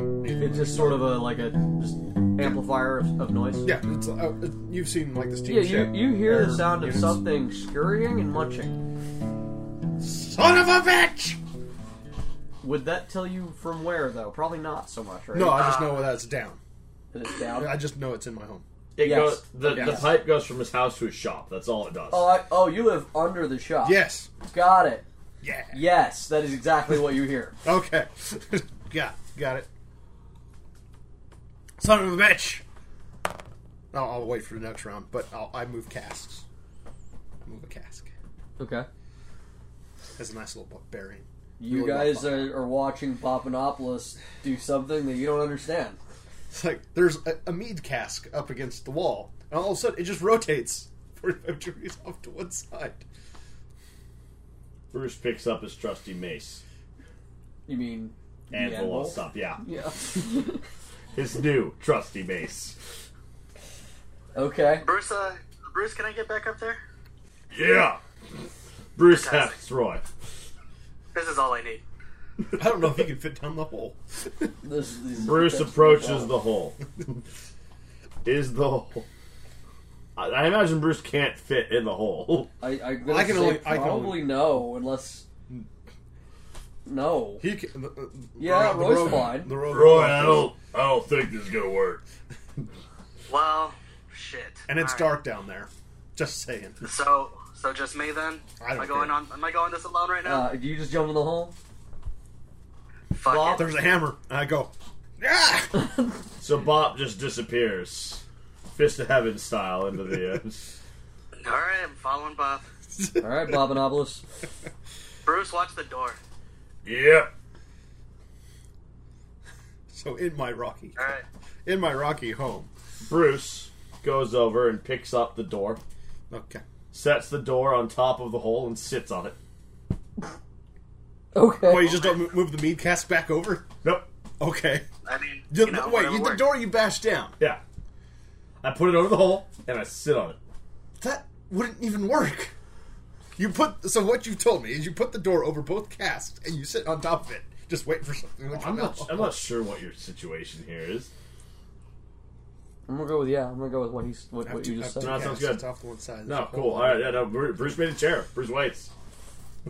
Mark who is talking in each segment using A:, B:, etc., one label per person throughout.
A: There's sort of a like a just amplifier of, of noise.
B: Yeah, it's, uh, it- you've seen like this team
A: Yeah,
B: shit.
A: you, you hear
B: Air
A: the sound of
B: units.
A: something scurrying and munching.
B: Son of a bitch!
A: Would that tell you from where though? Probably not so much, right?
B: No, I just
A: Ah.
B: know that's down.
A: That it's down.
B: I just know it's in my home.
C: It
A: Yes.
C: goes the,
B: Yes.
C: the pipe goes from his house to his shop. That's all it does.
A: Oh, I, oh, you live under the shop.
B: Yes.
A: Got it.
B: Yeah.
A: Yes, that is exactly what you hear.
B: Okay. got got it. Son of a bitch. I'll, I'll wait for the next round, but I'll, I move casks. I move a cask.
A: Okay.
B: That's a nice little barbarian.
A: You
B: Really
A: guys
B: well
A: are, are watching Papanopoulos do something that you don't understand.
B: It's like there's a, a mead cask up against the wall, and all of a sudden it just rotates 45 degrees off to one side.
C: Bruce picks up his trusty mace
A: You mean the
C: and
A: anvil?
C: will up. Yeah,
A: Yeah.
C: his new trusty mace.
A: okay.
D: Bruce, uh, Bruce, can I get back up there?
C: Yeah, Bruce
D: Fantastic.
C: hefts Roy.
D: This is all I need.
B: I don't know if he can fit down the hole.
A: This, this
C: Bruce
A: this-
C: approaches the hole. Is the hole? I, I imagine Bruce can't fit in the hole.
A: I, I,
B: I
A: can
B: can
A: say
B: only- I can
A: probably
B: only-
A: no, unless no.
B: He can, the, the-
A: Yeah,
B: the
A: Roy's
B: road-
A: fine.
B: The road
C: I don't think this is gonna work.
D: Well, shit.
B: and it's
D: All right.
B: dark down there. Just saying.
D: So, so just me then.
B: I don't
D: am I going
B: care.
D: on? Am I going this alone right now?
A: Uh, do you just jump in the hole?
D: Fuck it.
B: There's a hammer, and I go. Yeah.
C: So Bob just disappears, fist of heaven style, into the. Uh,
D: All right, I'm following Bob.
A: All right, Bobanopoulos.
D: Bruce, watch the door.
C: yep.
B: so in my rocky,
D: All right.
B: in my rocky home.
C: Bruce goes over and picks up the door,
B: Okay.
C: sets the door on top of the hole, and sits on it.
A: Okay.
B: Wait, you just don't mo- move the mead cast back over?
C: Nope.
B: Okay.
D: I mean,
B: The-
D: you know,
B: wait,
D: whatever
B: you, the
D: works.
B: door you bashed down.
C: Yeah. I put it over the hole and I sit on it.
B: That wouldn't even work. You put so what you told me is you put the door over both casks and you sit on top of it, just waiting for something. to
C: I'm
B: come
C: not.
B: out.
C: I'm not sure what your situation here is.
A: I'm gonna go with yeah. I'm gonna go with what he's what,
B: I have
A: what
B: two-
A: you
B: I
A: just
B: have
A: said.
B: two
C: No, that sounds
B: casks
C: good.
B: Off to one side.
C: No, cool. All right, yeah, no, Bru- Bruce made a chair. Bruce waits.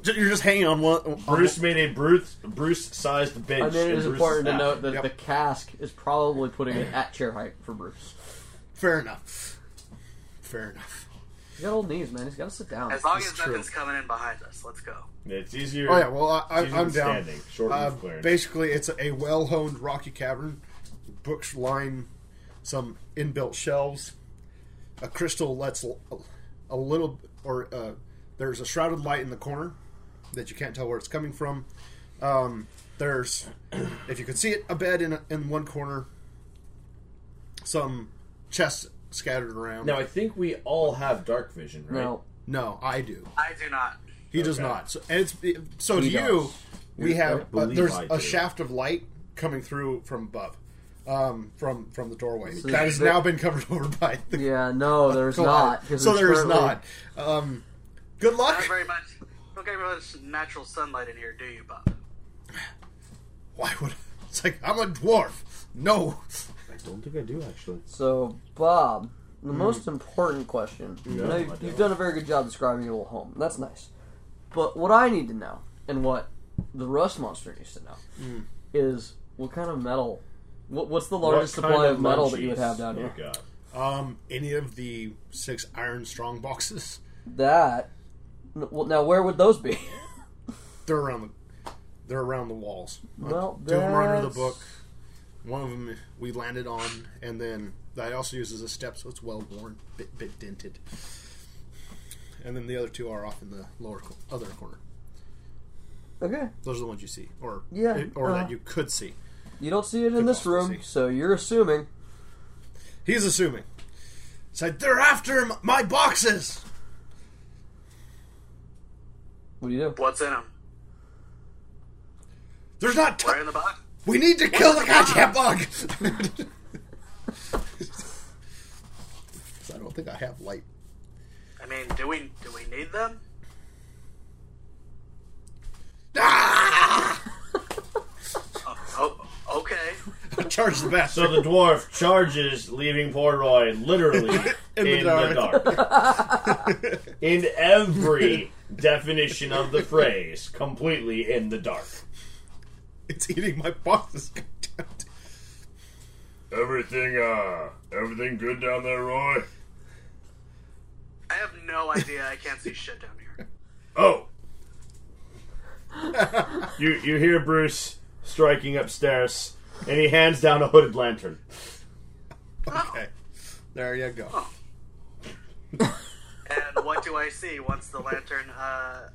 B: You're just hanging on one. on
C: Bruce made a Bruce Bruce-sized bench.
A: I mean, it
C: and
A: is
C: Bruce
A: important to
C: sat.
A: note that
B: Yep.
A: the cask is probably putting it at chair height for Bruce.
B: Fair enough. Fair enough.
A: He's got old knees, man. He's got to sit down.
D: As long
B: It's
D: as
B: true.
D: nothing's coming in behind us, let's go.
C: It's easier.
B: Oh yeah, well I, I,
C: it's easier
B: I'm
C: than
B: down.
C: Standing, short
B: Uh,
C: roof clearance.
B: basically, it's a well-honed rocky cavern. Books line some inbuilt shelves. A crystal lets l- a little, or uh, there's a shrouded light in the corner that you can't tell where it's coming from. Um, there's, if you can see it, a bed in in one corner. Some chests scattered around.
C: Now I think we all have dark vision, right?
A: No,
B: no, I do.
D: I do not.
B: He does
C: Okay.
B: not. So, and it's so
A: He
B: to you.
A: does.
B: We
C: I
B: have uh,
C: believe
B: there's
C: I
B: a
C: do.
B: shaft of light coming through from above, um, from from the doorway that has
A: there-
B: now been covered over by. The
A: yeah, no, there's not. 'cause
B: So
A: it's
B: there is
A: currently-
B: not. Um, good luck.
D: Not very much. Don't get very much natural sunlight in here, do you, Bob?
B: Why would it's like I'm a dwarf? No.
C: I don't think I do actually.
A: So, Bob, the most important question. I know
C: I
A: you've,
C: don't.
A: you've done a very good job describing your little home. That's nice. But what I need to know, and what the rust monster needs to know, is what kind of metal. What, what's the largest supply of metal that you would have down here?
C: Got?
B: Um, any of the six iron strong boxes?
A: That. n- Well, now where would those be?
B: They're around the they're around the walls.
A: Well,
B: Two of them are under the
A: that's-
B: book. One of them we landed on, and then I also use as a step, so it's well worn, bit bit dented. And then the other two are off in the lower co- other corner.
A: Okay.
B: Those are the ones you see, or
A: Yeah,
B: or
A: uh-huh.
B: that you could see.
A: You don't see it in this
B: possibly
A: room,
B: see.
A: so you're assuming.
B: He's assuming. It's like they're after m- my boxes.
A: What do you do?
D: What's in them?
B: There's not. T-
D: Where in the box?
B: we need to kill the goddamn bug. 'Cause I don't think I have light.
D: I mean, do we do we need them?
B: Ah!
D: Oh, okay.
B: Charge the bastard.
C: So the dwarf charges, leaving poor Roy literally in,
B: the
C: the, dark. in every definition of the phrase, completely in the dark.
B: it's eating my boss's content.
C: Everything, uh, everything good down there, Roy?
D: I have no idea. I can't see shit down here.
C: Oh. you you hear Bruce striking upstairs, and he hands down a hooded lantern.
B: Okay. There you go.
D: And what do I see once the lantern uh,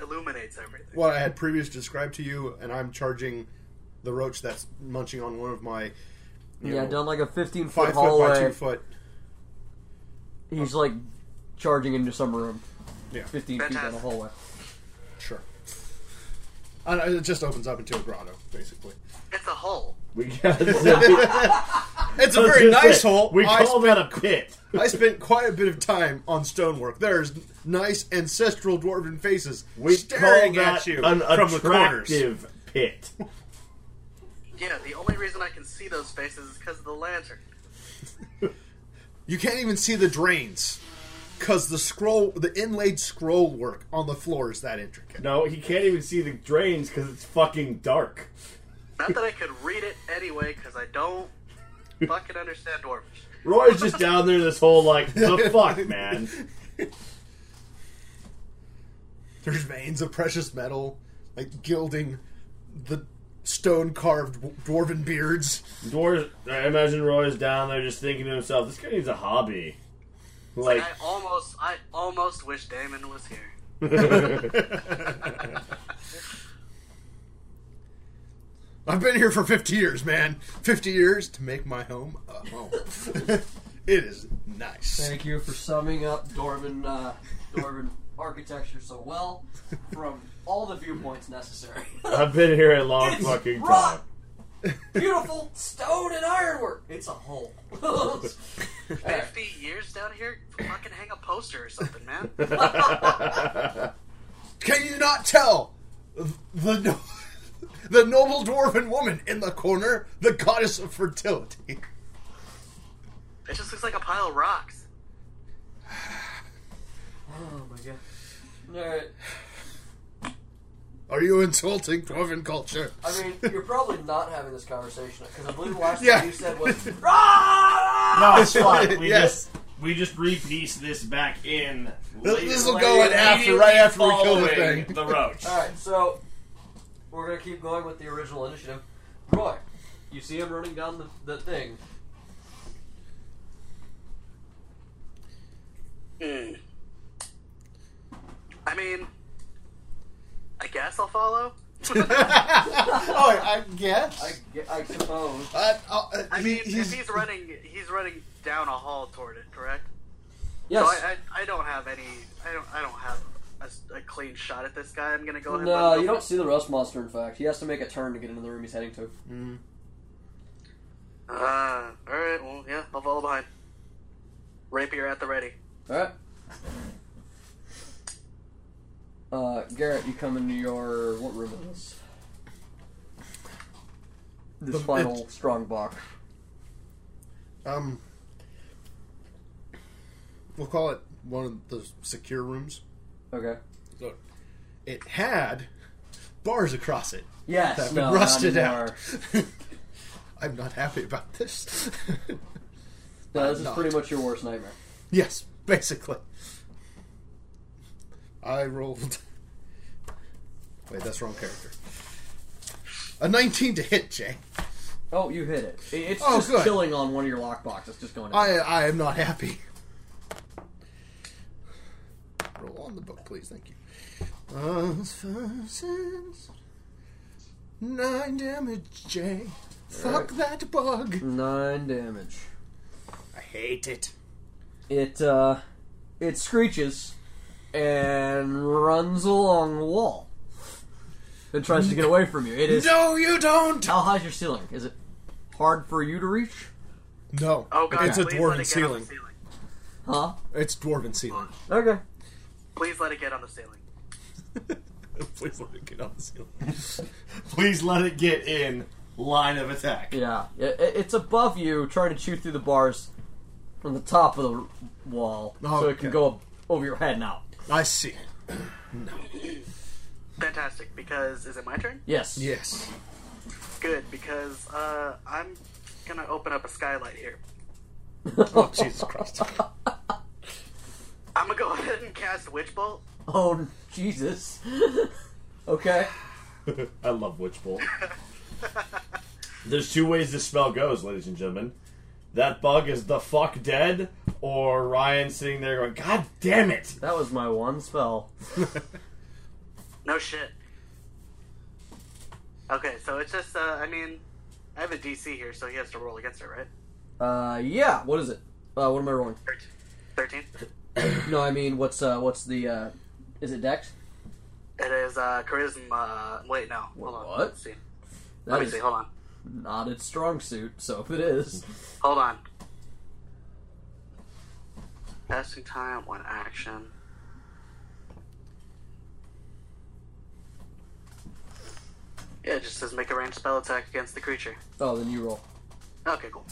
D: illuminates everything?
B: What I had previously described to you, and I'm charging the roach that's munching on one of my you
A: yeah,
B: know,
A: down like a 15 foot
B: five foot by
A: hallway.
B: two foot.
A: He's like charging into some room.
B: Yeah.
A: 15 feet down the
D: Fantastic.
A: hallway.
B: Sure. And it just opens up into a grotto, basically.
D: It's a hole.
C: We got a
B: It's a very nice hole.
C: We
B: I,
C: call that a pit.
B: I spent quite a bit of time on stonework. There's nice ancestral dwarven faces
C: We call
B: staring
C: that
B: at you
C: an
B: from the corners.
C: attractive pit.
D: Yeah, the only reason I can see those faces is because of the lantern.
B: You can't even see the drains because the scroll, the inlaid scroll work on the floor is that intricate.
C: No, he can't even see the drains because it's fucking dark.
D: Not that I could read it anyway, because I don't fucking understand dwarvish.
C: Roy's just down there this whole like the fuck, man.
B: There's veins of precious metal, like gilding the stone carved dwarven beards.
C: Dwarves, I imagine Roy's down there just thinking to himself, "This guy needs a hobby." Like,
D: I almost, I almost wish Damon was here.
B: I've been here for 50 years, man. 50 years to make my home a home. it is nice.
A: Thank you for summing up Dwarven, uh, Dwarven architecture so well from all the viewpoints necessary.
C: I've been here a long
A: It's
C: fucking time.
A: rock. Beautiful stone and ironwork. It's a hole. Alright.
D: Fifty years down here, fucking hang a poster or something, man.
B: Can you not tell the no- the noble dwarven woman in the corner, the goddess of fertility?
D: It just looks like a pile of rocks.
A: Oh my god. Alright.
B: Are you insulting dwarven culture?
A: I mean, you're probably not having this conversation because I believe the last
B: Yeah.
A: thing you said was "Rah!"
C: No, it's fine. We
B: Yes.
C: just we just repiece this back in.
B: This- this'll
C: later-
B: go in after- right after we kill the
C: following
B: thing.
C: The roach.
A: All right, so we're gonna keep going with the original initiative. Roy, you see him running down the, the thing.
D: Hmm. I mean, I guess I'll follow.
B: oh, I guess.
A: I, ge- I suppose.
B: I, I,
D: I mean,
B: he's,
D: if he's running, he's running down a hall toward it, correct?
A: Yes.
D: So I, I, I don't have any. I don't. I don't have a s- a, clean shot at this guy. I'm gonna go ahead. and let
A: no,
D: him
A: you
D: go
A: don't see the rust monster. In fact, he has to make a turn to get into the room he's heading to.
B: mm,
D: first. Ah, all right. Well, yeah, I'll follow behind. Rapier at the ready.
A: All right. Uh, Garrett, you come into your what room is this? This
B: The-
A: final
B: it's-
A: strong box.
B: um, we'll call it one of the secure rooms.
A: Okay.
B: Look, it had bars across it
A: Yes.
B: that
A: no,
B: would rust
A: not
B: it out.
A: anymore.
B: I'm not happy about this.
A: No, this is
B: Not.
A: pretty much your worst nightmare.
B: yes, basically. I rolled. Wait, that's wrong character. A 19 to hit, Jay.
A: Oh, you hit it. It- It's
B: Oh,
A: just
B: good.
A: chilling on one of your lockboxes. Just going.
B: I I am not happy. Roll on the book, please. Thank you. Those verses, nine damage, Jay. Fuck that bug.
A: Nine damage.
B: I hate it.
A: It uh, it screeches and runs along the wall. It tries to get away from you. It is.
B: No, you don't.
A: How high's your ceiling? Is it hard for you to reach?
B: No,
D: Oh god,
B: it's a
D: please
B: dwarven
D: let it get on the
B: ceiling.
D: ceiling.
A: Huh?
B: It's dwarven ceiling.
A: Okay.
D: Please let it get on the ceiling.
B: please let it get on the ceiling.
C: Please let it get in.
E: line of attack.
A: Yeah, it, it- it's above you, trying to chew through the bars from the top of the wall, so it can
B: Okay.
A: go up over your head and out.
B: I see.
D: Fantastic, because is it my turn?
A: Yes.
B: Yes.
D: Good, because uh, I'm gonna open up a skylight here.
B: Oh Jesus Christ!
D: I'm gonna go ahead and cast Witch Bolt.
A: Oh Jesus. okay.
C: I love Witch Bolt. There's two ways this spell goes, ladies and gentlemen. That bug is the fuck dead, or Ryan sitting there going, God damn it!
A: That was my one spell.
D: No shit. Okay, so it's just, uh, I mean, I have a DC here, so he has to roll against it, right?
A: Uh, yeah. What is it? Uh, what am I rolling?
D: 13.
A: No, I mean, what's uh, what's the uh, is it Dex?
D: It is uh, Charisma. Wait, no. Hold on.
A: What?
D: Let's see. Let
A: That
D: me
A: is
D: see. Hold on.
A: not its strong suit. So if it is,
D: Hold on. Passing time, one action. Yeah, it just says make a ranged spell attack against the creature.
A: oh, then you roll.
D: Okay, cool.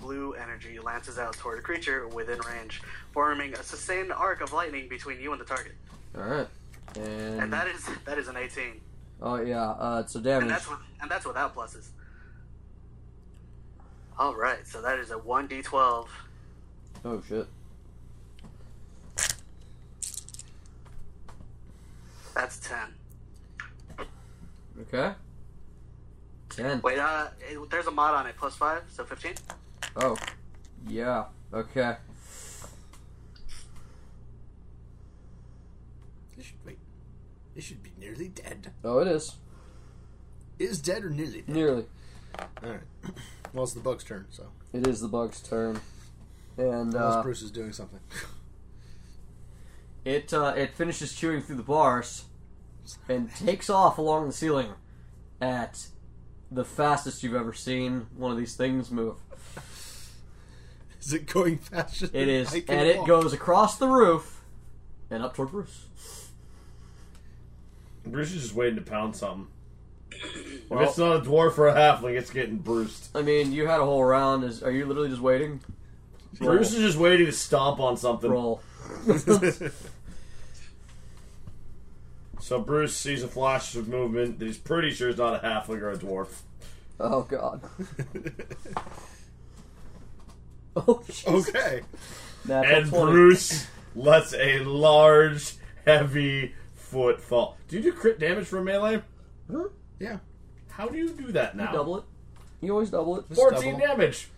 D: Blue energy lances out toward a creature within range, forming a sustained arc of lightning between you and the target.
A: All right. And,
D: And that is that is an 18.
A: oh yeah. Uh, so
D: And
A: damage.
D: that's with, and that's without pluses. All right, so that is a 1d12.
A: Oh shit.
D: That's 10.
A: Okay. Ten.
D: Wait, uh, it- there's a mod on it, plus five, so fifteen.
A: Oh. Yeah. Okay.
B: They should wait. They should be nearly dead.
A: Oh, it is
B: Is dead or nearly dead?
A: nearly.
B: All right. Well, it's the bug's turn, so
A: It is the bug's turn, and
B: unless
A: uh,
B: Bruce is doing something.
A: it uh, it finishes chewing through the bars and takes off along the ceiling at the fastest you've ever seen one of these things move.
B: is it going faster?
A: It
B: than
A: is,
B: I can
A: and it
B: walk?
A: goes across the roof and up toward Bruce.
C: Bruce is just waiting to pound something.
A: Well-
C: if it's not a dwarf or a halfling, it's getting bruised.
A: I mean, you had a whole round. Is are you literally just waiting? Roll.
C: Bruce is just waiting to stomp on something.
A: roll.
C: So Bruce sees a flash of movement that he's pretty sure is not a halfling or a dwarf.
A: Oh God. Oh, jeez.
B: okay.
A: Natural
C: And
A: 20.
C: Bruce lets a large, heavy foot fall. Do you do crit damage for melee?
B: Yeah.
C: How do you do that now?
A: double it. You always double it.
C: 14
B: Double.
C: damage.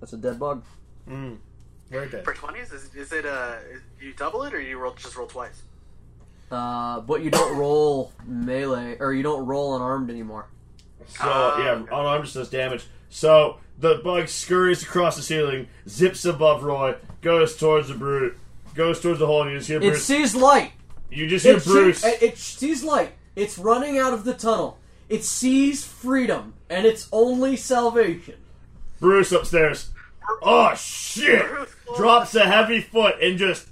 A: That's a dead bug.
B: Very dead.
D: For twenties, is, is it uh, is- you double it or you roll just roll twice?
A: Uh, but you don't roll melee, or you don't roll unarmed anymore.
C: So, yeah,
D: Ah.
C: unarmed just does damage. So, the bug scurries across the ceiling, zips above Roy, goes towards the brute, goes towards the hole, and you just hear
A: It
C: Bruce.
A: sees light.
C: you just hear
A: It,
C: Bruce.
A: see- it- it sees light. It's running out of the tunnel. It sees freedom, and it's only salvation.
C: Bruce upstairs. Oh shit!
D: Bruce, oh.
C: Drops a heavy foot and just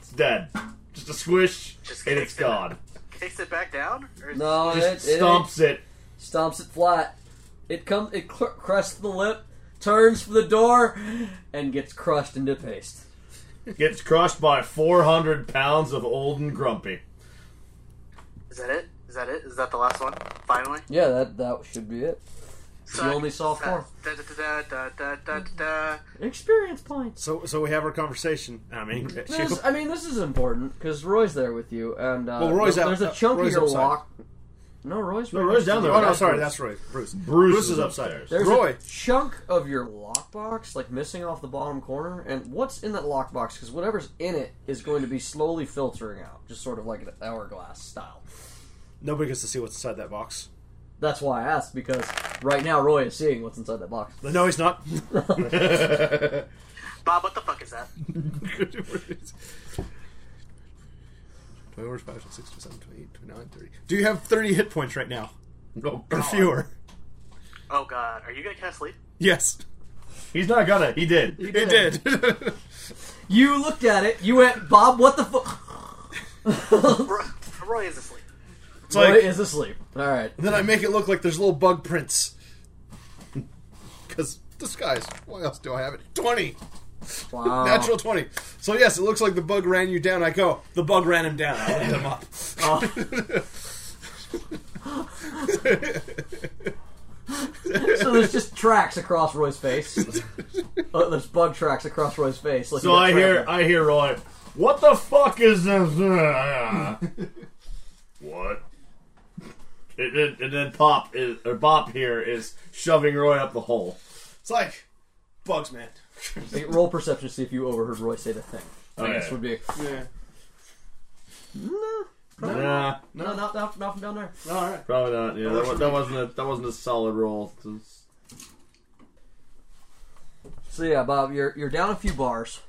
C: it's dead. Just a squish
D: Just
C: and it's
D: kicks it out.
C: gone.
D: Kicks it back down? Or is-
A: No, it,
C: Just
A: it
C: stomps it.
A: stomps it flat. It comes. It cl- crests the lip, turns for the door, and gets crushed into paste.
C: Gets crushed by 400 pounds of old and grumpy.
D: Is that it? Is that it? Is that the last one? Finally.
A: Yeah, that that should be it.
D: So
A: only saw four.
D: Da, da, da, da, da, da, da.
A: Experience points.
B: So, so we have our conversation. I'm angry at you.
A: This, I mean, this is important because Roy's there with you, and uh,
B: Well, Roy's
A: there-
B: out-
A: there's a
B: uh,
A: chunkier
B: Roy's upside.
A: lock. No, Roy's
C: No, Roy's down there.
B: Oh no,
C: That's
B: sorry,
C: Bruce.
B: that's right, Bruce.
C: Bruce,
B: Bruce
C: is
B: is upside.
C: upstairs.
A: There's
B: Roy.
A: a chunk of your lockbox like missing off the bottom corner, and what's in that lockbox? Because whatever's in it is going to be slowly filtering out, just sort of like an hourglass style.
B: Nobody gets to see what's inside that box.
A: That's why I asked because right now Roy is seeing what's inside that box.
B: No, he's not.
D: Bob, what the fuck is that?
B: Where's five, six, seven, twenty-eight, twenty-nine, thirty. Do you have thirty hit points right now
C: No,
B: or fewer?
D: Oh god, are you gonna cast sleep?
B: Yes,
C: he's not gonna. He did.
B: it did.
A: You looked at it. You went, Bob. What the fuck?
D: Roy, Roy is asleep.
B: It's
A: Roy
B: like
A: is asleep. All right.
B: and then I make it look like there's little bug prints. Because disguise. What else do I have? It twenty.
A: Wow.
B: Natural 20. So, yes, it looks like the bug ran you down. I go, the bug ran him down. I lit him up.
A: Oh. so there's just tracks across Roy's face. Uh, there's bug tracks across Roy's face. Like
C: So I hear, I hear Roy. What the fuck is this? what? And then- and then Pop is, or Bop here is shoving Roy up the hole.
B: It's like, bugs, man.
A: I roll perception to see if you overheard Roy say the thing. I
C: Okay.
A: guess would be
B: yeah.
A: no,
C: Nah,
A: no, not, not, not from down there.
B: All right.
C: probably not. Yeah, that, wa- that wasn't a, that wasn't a solid roll. It's-
A: So yeah, Bob, you're you're down a few bars.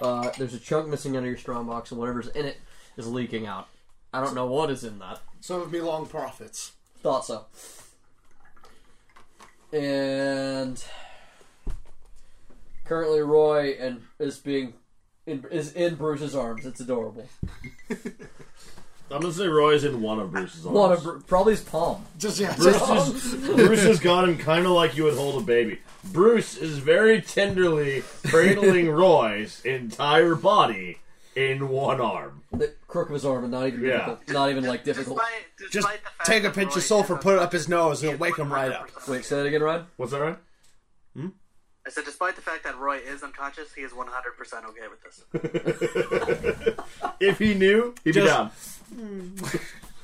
A: Uh, there's a chunk missing under your strong box, and whatever's in it is leaking out. I don't know what is in that.
B: Some of me long profits.
A: Thought so. And currently, Roy and is being in, is in Bruce's arms. It's adorable.
C: I'm gonna say Roy's in one of Bruce's arms.
A: One of Bru- probably his palm.
B: Just, yeah.
C: Bruce,
B: just-
C: is, Bruce has got him kind of like you would hold a baby. Bruce is very tenderly cradling Roy's entire body in one arm.
A: The crook of his arm, and not even
C: Yeah.
A: difficult, not even like difficult.
D: Despite,
B: just
D: despite the fact
B: take a
D: that
B: pinch
D: Roy
B: of sulfur,
D: is
B: put it up his nose, and it'll wake him right up.
D: 100%.
A: Wait, say that again, Ryan.
C: What's that right?
D: I said, despite the fact that Roy is unconscious, he is 100% okay with this.
C: If he knew, he'd
B: Just-
C: be down.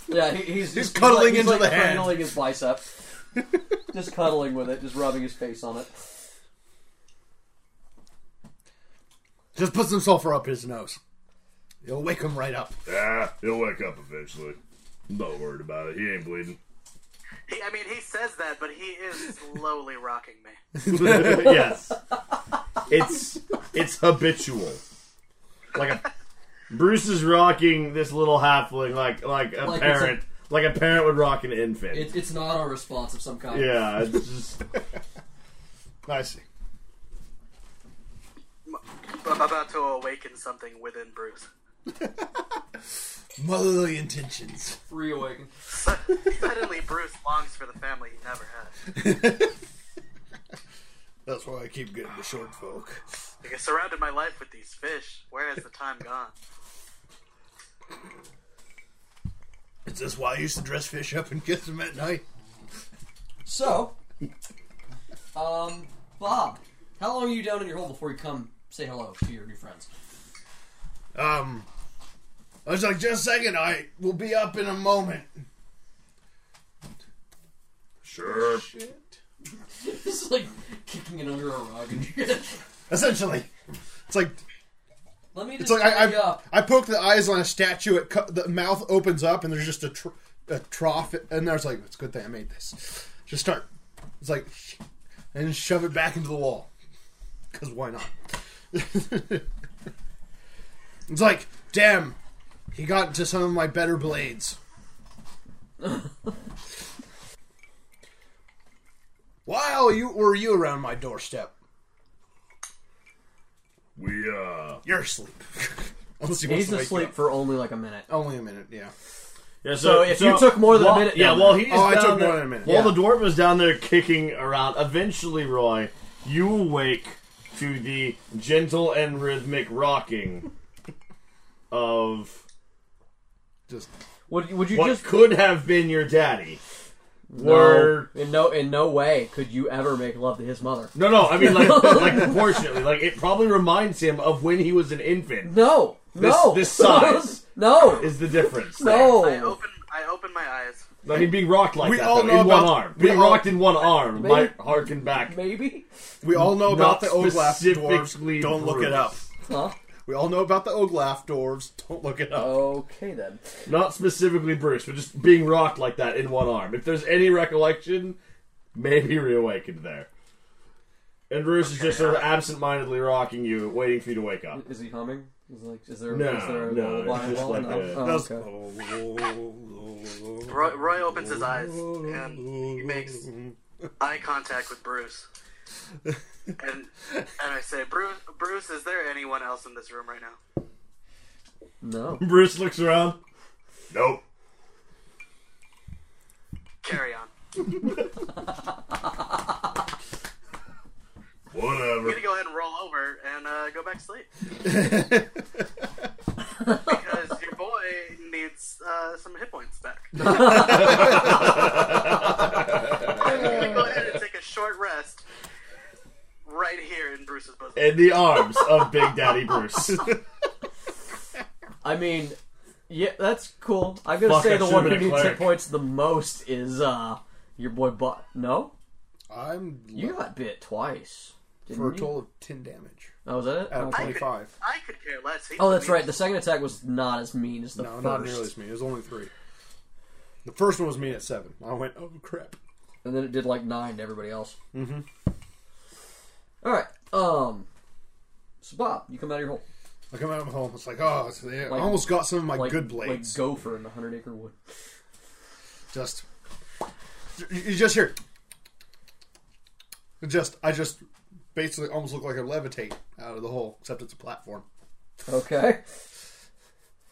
A: Yeah, he, he's
B: He's cuddling
A: he's
B: into
A: like
B: the hand.
A: cradling his bicep, just cuddling with it, just rubbing his face on it.
B: Just put some sulfur up his nose. It'll wake him right up.
C: Yeah, Ah, he'll wake up eventually. Not worried about it. He ain't bleeding.
D: He, I mean, he says that, but he is slowly rocking me.
C: yes, it's it's habitual. Like a, Bruce is rocking this little halfling like like a
A: Like it's
C: parent, like a parent would rock an infant.
A: It, it's not a response of some kind.
C: yeah, it's just
B: I see.
D: I'm about to awaken something within Bruce.
B: Motherly intentions.
A: reawaken.
D: Suddenly, Bruce longs for the family he never had.
B: That's why I keep getting the short folk.
D: Like, I surrounded my life with these fish. Where has the time gone?
B: Is this why I used to dress fish up and kiss them at night?
A: So, um, Bob, how long are you down in your hole before you come say hello to your new friends?
B: Um, I was like, just a second, I will be up in a moment.
C: sure.
B: Shit.
A: this is like kicking it under a rug.
B: Essentially, it's like
A: Let me
B: it's
A: just
B: like I
A: hurry
B: I,
A: up.
B: I poke the eyes on a statue. It cu- the mouth opens up and there's just a, tr- a trough, and there's like it's a good thing I made this. Just start. It's like and shove it back into the wall because why not? it's like damn, he got into some of my better blades. Why are you were you around my doorstep?
C: We uh
B: You're asleep. Unless he wants
A: He's
B: to wake you
A: asleep
B: up.
A: for only like a minute.
B: Only a minute, yeah.
C: Yeah,
A: So if you took more than a
C: while-
A: minute
C: yeah.
A: down
C: While
A: there-
C: he's
B: Oh, I
C: down
B: took
C: there,
B: more than a minute,
C: While
B: yeah.
C: the dwarf was down there kicking around, eventually, Roy, you awake to the gentle and rhythmic rocking of
B: Just
A: Would would you
C: what
A: just
C: could have been your daddy. Were
A: No, in no in no way could you ever make love to his mother.
C: no, no. I mean, like, like proportionately, like it probably reminds him of when he was an infant.
A: No, no.
C: this size.
A: no,
C: Is the difference?
D: I
A: no.
D: open, I open my eyes.
C: Like, he'd be rocked like
B: We
C: that
B: all
C: though,
B: know
C: in
B: about-
C: one arm.
B: we
C: Being
B: all-
C: rocked in one arm
A: Maybe-
C: might harken back.
A: Maybe,
B: we all know about
C: Not
B: the Oglaf
C: specifically
B: dwarves. Don't look it
C: Bruce.
B: up.
A: huh?
B: We all know about the Oglaf dwarves. Don't look it up.
A: Okay then.
C: Not specifically Bruce, but just being rocked like that in one arm. If there's any recollection, maybe reawakened there. And Bruce is just sort
B: uh,
C: of absent-mindedly rocking you, waiting for you to wake up.
A: Is he humming? Is like is there
C: No,
A: is there a
C: no,
A: lullaby
C: it's just
A: involved?
C: like a-
A: no? Oh,
B: That's-
A: okay.
D: Roy, Roy opens his eyes and he makes eye contact with Bruce. And and I say, Bruce, Bruce, is there anyone else in this room right now?
A: No.
C: Bruce looks around. Nope.
D: Carry on. I'm
C: Whatever.
D: gonna go ahead and roll over and uh, go back to sleep because your boy needs uh, some hit points back. I'm gonna go ahead and take a short rest right here in Bruce's bosom.
C: In the arms of Big Daddy Bruce.
A: I mean, yeah, that's cool. I'm gonna
C: Fuck, I
A: say the
C: should've
A: one
C: been
A: who
C: a
A: needs hit
C: cleric.
A: points the most is uh your boy. But no,
B: I'm
A: you got bit twice. Didn't
B: for a
A: you?
B: total of ten damage
A: Oh, was that it?
B: out of
A: Okay.
B: twenty five.
D: I could care less. He
A: Oh, that's
D: doesn't
A: right. The second attack was not as mean as the
B: No,
A: first.
B: not nearly as many. It was only three. The first one was me at seven. I went, oh crap.
A: and then it did like nine to everybody else. Mm-hmm. All right. Um. So Bob, you come out of your hole
B: I come out of my home. It's like, oh, it's there.
A: Like-
B: I almost got some of my
A: like
B: good blades.
A: like gopher in the hundred acre wood.
B: just, you you just hear. Just, I just basically almost look like I levitate out of the hole, except it's a platform.
A: Okay.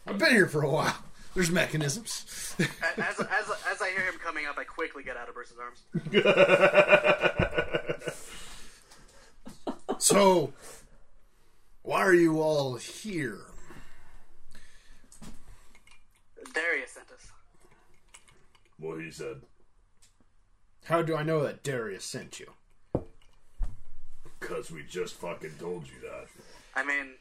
B: I've been here for a while. There's mechanisms.
D: A- As, as, as I hear him coming up, I quickly get out of Bruce's arms.
B: so, why are you all here?
D: Darius sent us.
C: what he said.
B: How do I know that Darius sent you?
C: Because we just fucking told you that.
D: I mean,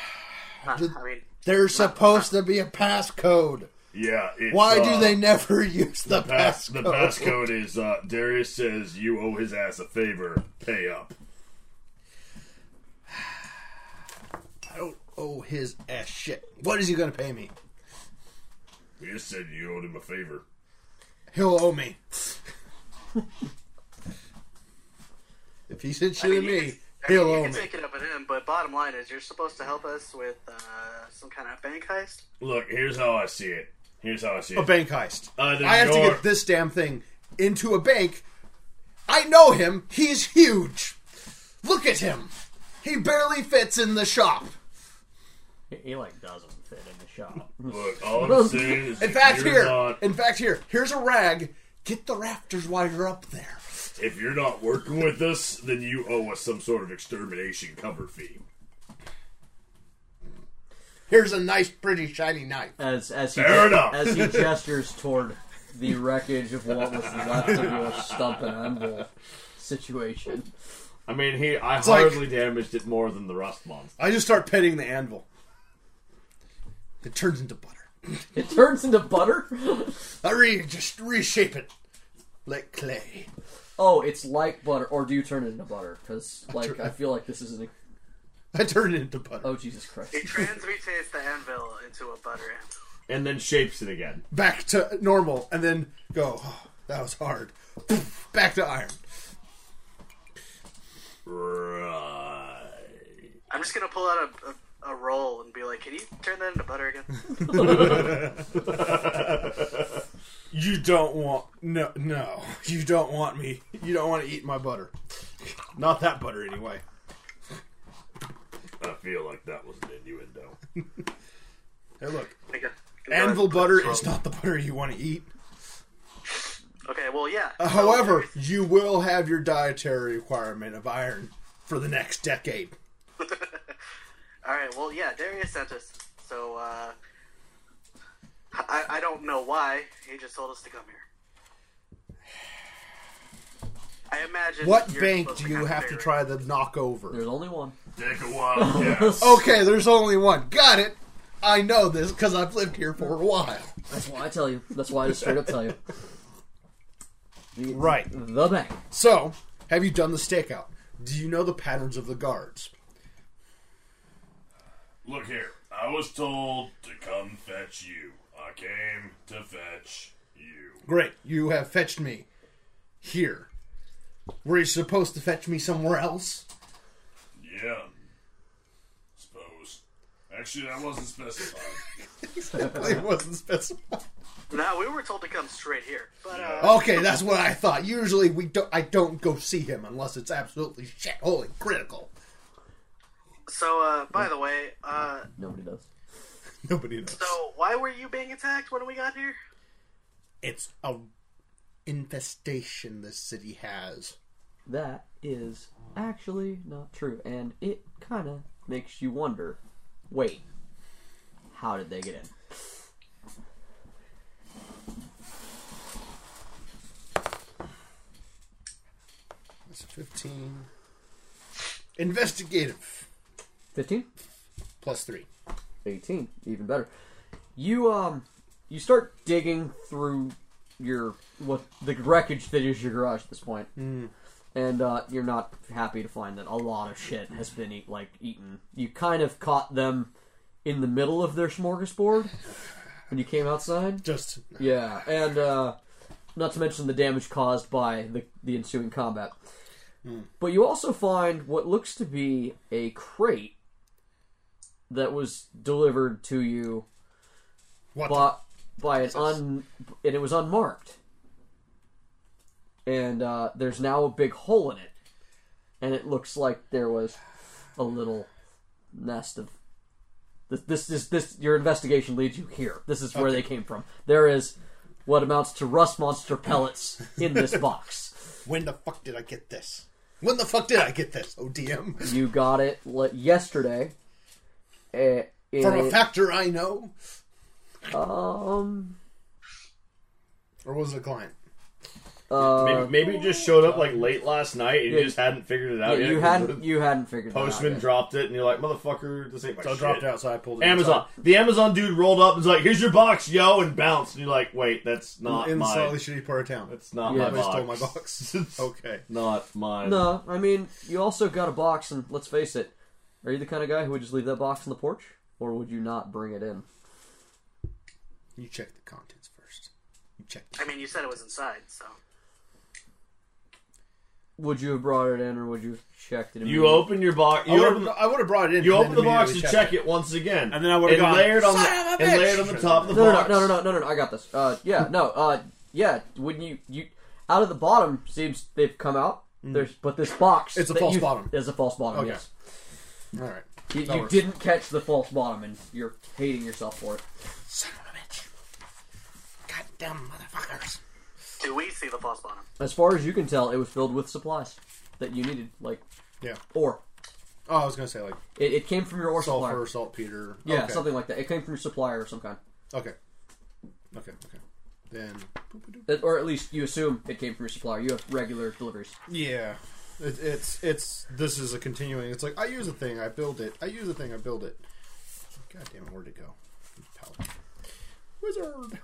D: huh, I mean,
B: There's supposed to be a passcode.
C: Yeah. It's,
B: Why
C: uh,
B: do they Oh. never use the,
C: Pass,
B: passcode?
C: the passcode is uh, Darius says you owe his ass a favor. Pay up.
B: I don't owe oh, his ass shit. What is he gonna pay me?
C: He just said you owed him a favor.
B: He'll owe me. if he said
D: I
B: shit
D: mean
B: at
D: you
B: me,
D: can- I mean,
B: he'll oh
D: you
B: owe
D: can
B: me.
D: take it up at him, but bottom line is you're supposed to help us with uh, some kind of bank heist.
C: Look, here's how I see it. Here's how I see
B: A
C: it.
B: bank heist.
C: Either
B: I have to
C: you're-
B: get this damn thing into a bank. I know him. He's huge. Look at him. He barely fits in the shop.
A: He like doesn't fit in the shop.
C: Look, all I'm saying is
B: In
C: if
B: fact,
C: you're
B: here.
C: not-
B: In fact, here. Here's a rag. Get the rafters while you're up there.
C: if you're not working with us, then you owe us some sort of extermination cover fee.
B: Here's a nice, pretty, shiny knife.
A: As as he
C: Fair enough.
A: as he gestures toward the wreckage of what was left of your stump and anvil situation.
C: I mean, he I
B: like-
C: hardly damaged it more than the rust monster.
B: I just start petting the anvil. It turns into butter.
A: It turns into butter.
B: I re- just reshape it like clay.
A: Oh, it's like butter, or do you turn it into butter? Because like
B: turn-
A: I feel like this is an
B: I turn it into butter.
A: oh Jesus Christ.
D: He transmutates the anvil into a butter anvil.
C: And then shapes it again.
B: Back to normal, and then go. "Oh, that was hard. Back to iron.
C: Right.
D: I'm just gonna pull out a, a, a roll and be like, "Can you turn that into butter again?"
B: You don't want no, no. You don't want me. You don't want to eat my butter. Not that butter, anyway.
C: I feel like that was an innuendo.
B: Hey, look,
D: Like uh, a-
B: anvil butter is not the butter you want to eat.
D: Okay, well, yeah.
B: Uh, However, you will have your dietary requirement of iron for the next decade.
D: all right. Well, yeah. Darius sent us, so uh, I, I don't know why he just told us to come here. I imagine.
B: What
D: you're
B: bank
D: supposed
B: do you
D: kinda
B: have to
D: figure it
B: try to knock over?
A: There's only one.
C: Take a wild guess.
B: Okay, there's only one. Got it. I know this because I've lived here for a while.
A: That's why I tell you. That's why I just straight up tell you. The-
B: Right.
A: The bank.
B: So, have you done the stakeout? Do you know the patterns of the guards?
C: Look here. I was told to come fetch you. I came to fetch you.
B: Great. You have fetched me here. Were you supposed to fetch me somewhere else?
C: Yeah. Suppose. Actually, that wasn't specified.
B: it wasn't specified.
D: No, we were told to come straight here. But uh,
B: Okay, that's what I thought. Usually, we don't. I don't go see him unless it's absolutely shit, holy critical.
D: so, uh, by the way, uh,
A: Nobody does.
B: Nobody knows.
D: so why were you being attacked when we got here?
B: It's a infestation this city has.
A: That is actually not true, and it kind of makes you wonder. Wait, how did they get in?
B: That's 15. Investigative
A: 15?
B: plus 3.
A: 18, even better. You um you start digging through your what the wreckage that is your garage at this point. And uh, you're not happy to find that a lot of shit has been eat, like eaten. You kind of caught them in the middle of their smorgasbord when you came outside.
B: Just
A: Yeah, and uh, not to mention the damage caused by the, the ensuing combat. But you also find what looks to be a crate that was delivered to you
B: what the-
A: by, by an un, and it was unmarked. And uh, there's now a big hole in it, and it looks like there was a little nest of. This, this is this. Your investigation leads you here. This is where they came from. There is what amounts to rust monster pellets in this box.
B: when the fuck did I get this? When the fuck did I get this? oh ODM
A: You got it le- yesterday. Eh, in
B: from
A: a-
B: a factor I know,
A: um,
B: or was it a client?
A: Uh,
C: Maybe, maybe it just showed up like late last night and you just hadn't figured it out yet.
A: you
C: 'cause
A: hadn't
C: the
A: you hadn't figured that out
C: Postman
A: yet.
C: dropped it, and you're like, "Motherfucker, this ain't my
B: So I
C: shit."
B: dropped out, so I pulled it
C: Amazon. The Amazon dude rolled up and was like, "Here's your box, yo," and bounced. And you're like, "Wait, that's
B: inside.
C: not
B: in the
C: mine.
B: slightly shitty part of town.
C: That's not
A: Yeah.
C: my
B: Somebody
C: box.
B: stole my box. okay,
C: Not mine."
A: No, I mean, you also got a box, and let's face it, are you the kind of guy who would just leave that box on the porch, or would you not bring it in?
B: you check the contents first. You check.
D: I mean, you said it was inside, so
A: Would you have brought it in, or would you have checked it?
C: You
A: immediately?
C: open your box. You
B: I
C: open.
B: would've- I would have brought it in.
C: You
B: and
C: open
B: then
C: the box to
B: immediately
C: check
B: checked
C: it once again,
B: And then I would've
C: and
B: gone,
C: layered on
B: "Son
C: the
B: of a
C: and
B: bitch!"
C: layered on the top of the
A: No, no,
C: box.
A: no, no, no, no, no, no. I got this. Uh, yeah, no, uh, yeah. Wouldn't you? You out of the bottom seems they've come out. There's but this box.
B: Hmm. It's a
A: that
B: false
A: you-
B: bottom.
A: Is a false bottom.
B: Okay.
A: Yes.
B: All right.
A: You,
B: That
A: you
B: works.
A: didn't catch the false bottom, and you're hating yourself for it.
B: Son of a bitch. Goddamn motherfuckers.
D: do we see the false bottom?
A: As far as you can tell, it was filled with supplies that you needed, like
B: Yeah.
A: ore.
B: Oh, I was gonna say like
A: It, it came from your ore supplier.
B: sulfur, saltpeter.
A: Yeah,
B: okay.
A: something like that. It came from your supplier of some kind,
B: Okay. Okay. Okay. Then. boop-a-doop.
A: It- or at least you assume it came from your supplier. You have regular deliveries.
B: Yeah. It, it's it's this is a continuing. It's like I use a thing, I build it. I use a thing, I build it. God damn it, where'd it go? Palette. Wizard.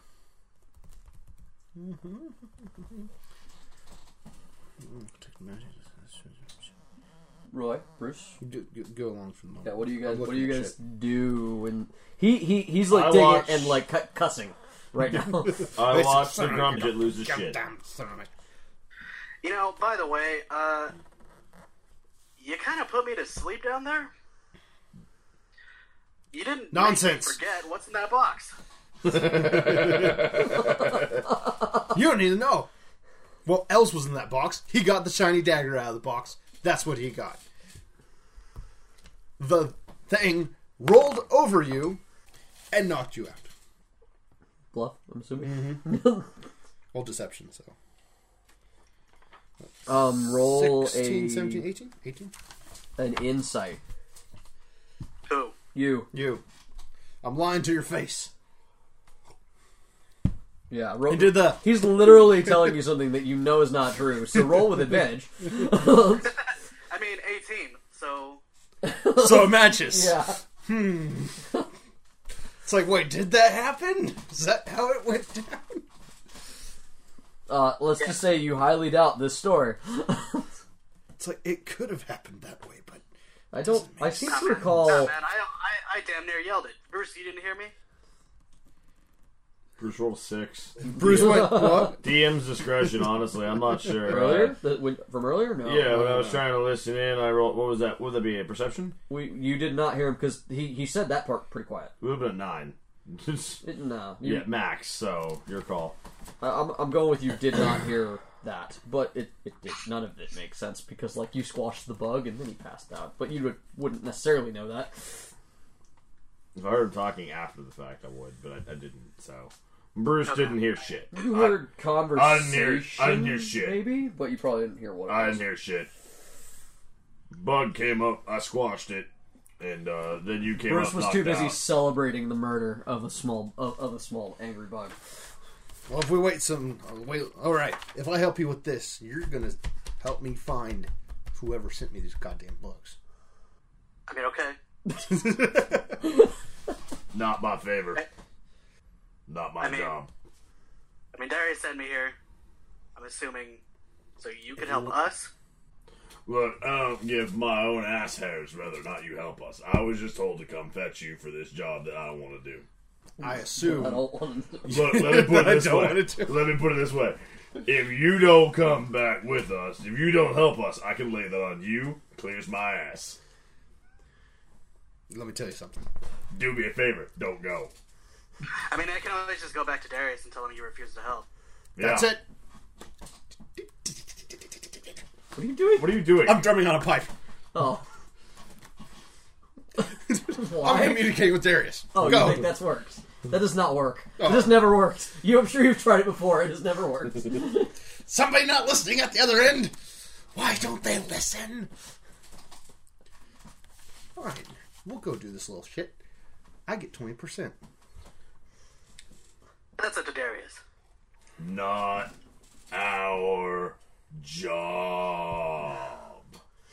B: Mm-hmm.
A: Roy, Bruce,
B: Go, go, go along from the.
A: yeah. What do you
B: I'm
A: guys? What
B: looking
A: do you
B: at
A: guys
B: shit.
A: do? And he he he's like
C: I
A: digging
C: watch-
A: and like cu- cussing right now.
C: I
B: This
C: watched the
B: son of a
C: grumjet lose his shit.
B: Goddamn son of a-
D: You know, by the way, uh, you kind of put me to sleep down there. You didn't make me
B: Nonsense.
D: forget what's in that box.
B: You don't need to know. What else was in that box? He got the shiny dagger out of the box. That's what he got. The thing rolled over you and knocked you out.
A: Bluff. I'm assuming.
B: Mm-hmm. Well, deception, so.
A: Um, roll
B: 16,
A: a
B: 17, 18? 18?
A: an insight.
D: Who?
A: You
B: You. I'm lying to your face.
A: yeah. Roll.
B: And did the.
A: He's literally telling you something that you know is not true. So roll with advantage.
D: I mean, 18. So
B: So it matches.
A: Yeah.
B: It's like, wait, did that happen? Is that how it went down?
A: Uh, let's just say you highly doubt this story.
B: It's like, it could have happened that way, but.
A: I don't. I seem to
D: Nah,
A: recall.
D: man, I, I I damn near yelled it. Bruce, you didn't hear me.
C: Bruce rolled a six.
B: Bruce went, what?
C: DM's discretion, honestly. I'm not sure. uh,
A: Earlier? That when, from earlier? Oh, No.
C: Yeah, when I was trying to listen in, I rolled. What was that? Would that be a perception?
A: We, you did not hear him because he, he said that part pretty quiet.
C: It would have been a nine. Just-
A: It, no. You,
C: yeah, max. So your call.
A: I, I'm, I'm going with you did not hear that. But it, it did. None of it makes sense because, like, you squashed the bug and then he passed out. But you would, wouldn't necessarily know that.
C: If I heard him talking after the fact, I would, but I, I didn't. So Bruce didn't hear shit.
A: You
C: I-
A: heard conversation,
C: shit.
A: maybe, but you probably didn't hear what. It
C: I
A: was.
C: didn't hear shit. Bug came up, I squashed it, and uh, then you came
A: Bruce
C: up.
A: was
C: knocked
A: too busy
C: out.
A: celebrating the murder of a small of, of a small angry bug.
B: Well, if we wait some, uh, wait. All right, if I help you with this, you're gonna help me find whoever sent me these goddamn books.
D: I mean, okay.
C: Not my favor. Not my
D: I mean-
C: job.
D: I mean, Darius sent me here. I'm assuming, so you can help us.
C: Look, I don't give my own ass hairs whether or not you help us. I was just told to come fetch you for this job that I don't want to do.
B: I assume.
A: I don't want to.
C: Look, let me put it
B: I
C: this
B: don't
C: way.
B: wanna do-
C: Let me put it this way. If you don't come back with us, if you don't help us, I can lay that on you. Clears my ass.
B: Let me tell you something.
C: Do me a favor. Don't go.
D: I mean, I can always just go back to Darius and tell him you refuse to help.
C: Yeah.
B: That's it.
A: What are you doing?
C: What are you doing?
B: I'm drumming on a pipe.
A: Oh.
B: I'm
A: Why?
B: communicating with Darius.
A: Oh,
B: Go.
A: you think that's works? That does not work.
B: Oh.
A: It has never worked. You, I'm sure you've tried it before. It has never worked.
B: Somebody not listening at the other end. Why don't they listen? All right, we'll go do this little shit. I get twenty percent.
D: That's up to Darius.
C: Not our job.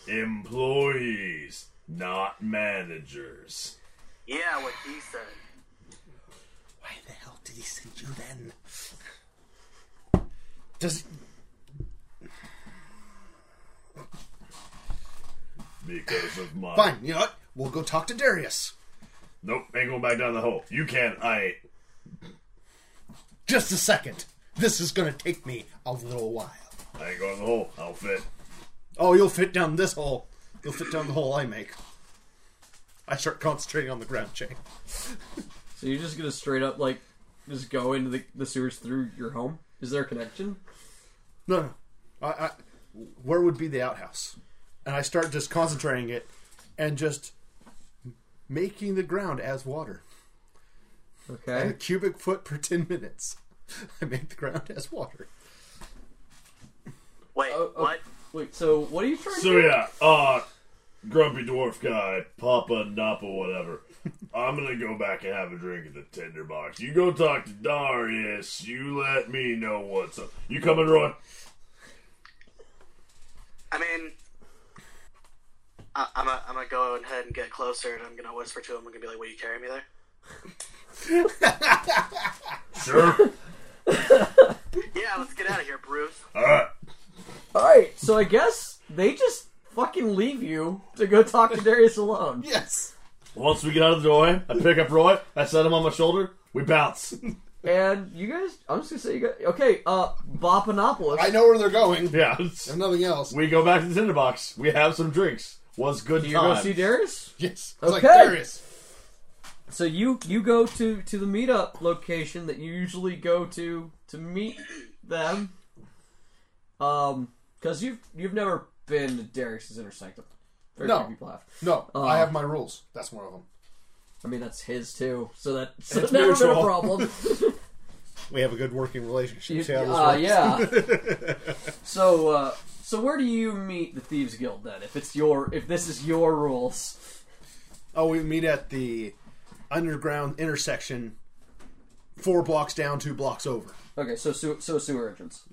C: Employees, not managers.
D: Yeah, what he said.
B: Why the hell did he send you then? Does
C: Because of my
B: fine. You know what? We'll go talk to Darius.
C: Nope, ain't going back down the hole. You can. I ain't.
B: Just a second. This is gonna take me a little while.
C: I ain't going in the hole. I'll fit.
B: Oh, you'll fit down this hole. You'll fit down the hole I make. I start concentrating on the ground chain.
A: So you're just gonna straight up like just go into the, the sewers through your home? Is there a connection?
B: No, no. I, I, where would be the outhouse? And I start just concentrating it and just making the ground as water. A
A: Okay.
B: cubic foot per 10 minutes. I make the ground as water.
D: Wait,
A: Oh, oh,
D: what?
A: Wait. So what are you trying
C: So
A: to?
C: yeah, uh, grumpy dwarf guy, Papa Napa, whatever. I'm gonna go back and have a drink at the tinderbox. You go talk to Darius. You let me know what's up. You coming, Roy?
D: I mean, I, I'm gonna I'm gonna go ahead and get closer, and I'm gonna whisper to him. I'm gonna be like, "Will you carry me there?"
C: Sure.
D: Yeah, let's get out of here, Bruce.
C: All right.
A: All right. So I guess they just fucking leave you to go talk to Darius alone.
B: Yes!
C: Once we get out of the doorway, I pick up Roy. I set him on my shoulder. We bounce.
A: And you guys, I'm just gonna say you guys. Okay. Uh, Bopanopolis.
B: I know where they're going.
C: Yeah.
B: If nothing else.
C: We go back to the tinderbox. We have some drinks. Was good
A: Do you
C: time.
A: go see Darius?
B: yes. I was
A: Okay.
B: like, Darius.
A: So you you go to to the meetup location that you usually go to to meet them. Um, because you've you've never been to Darius's inner sanctum. Very
B: No.
A: few people have.
B: No, I have my rules. That's one of them.
A: I mean, that's his too. So that so
B: It's
A: it's never been a
B: mutual.
A: problem.
B: We have a good working relationship.
A: You-
B: See how this
A: uh,
B: works?
A: yeah. so uh, so where do you meet the thieves guild then? If it's your if this is your rules.
B: Oh, we meet at the underground intersection, four blocks down, two blocks over,
A: Okay, so sew- so sewer entrance.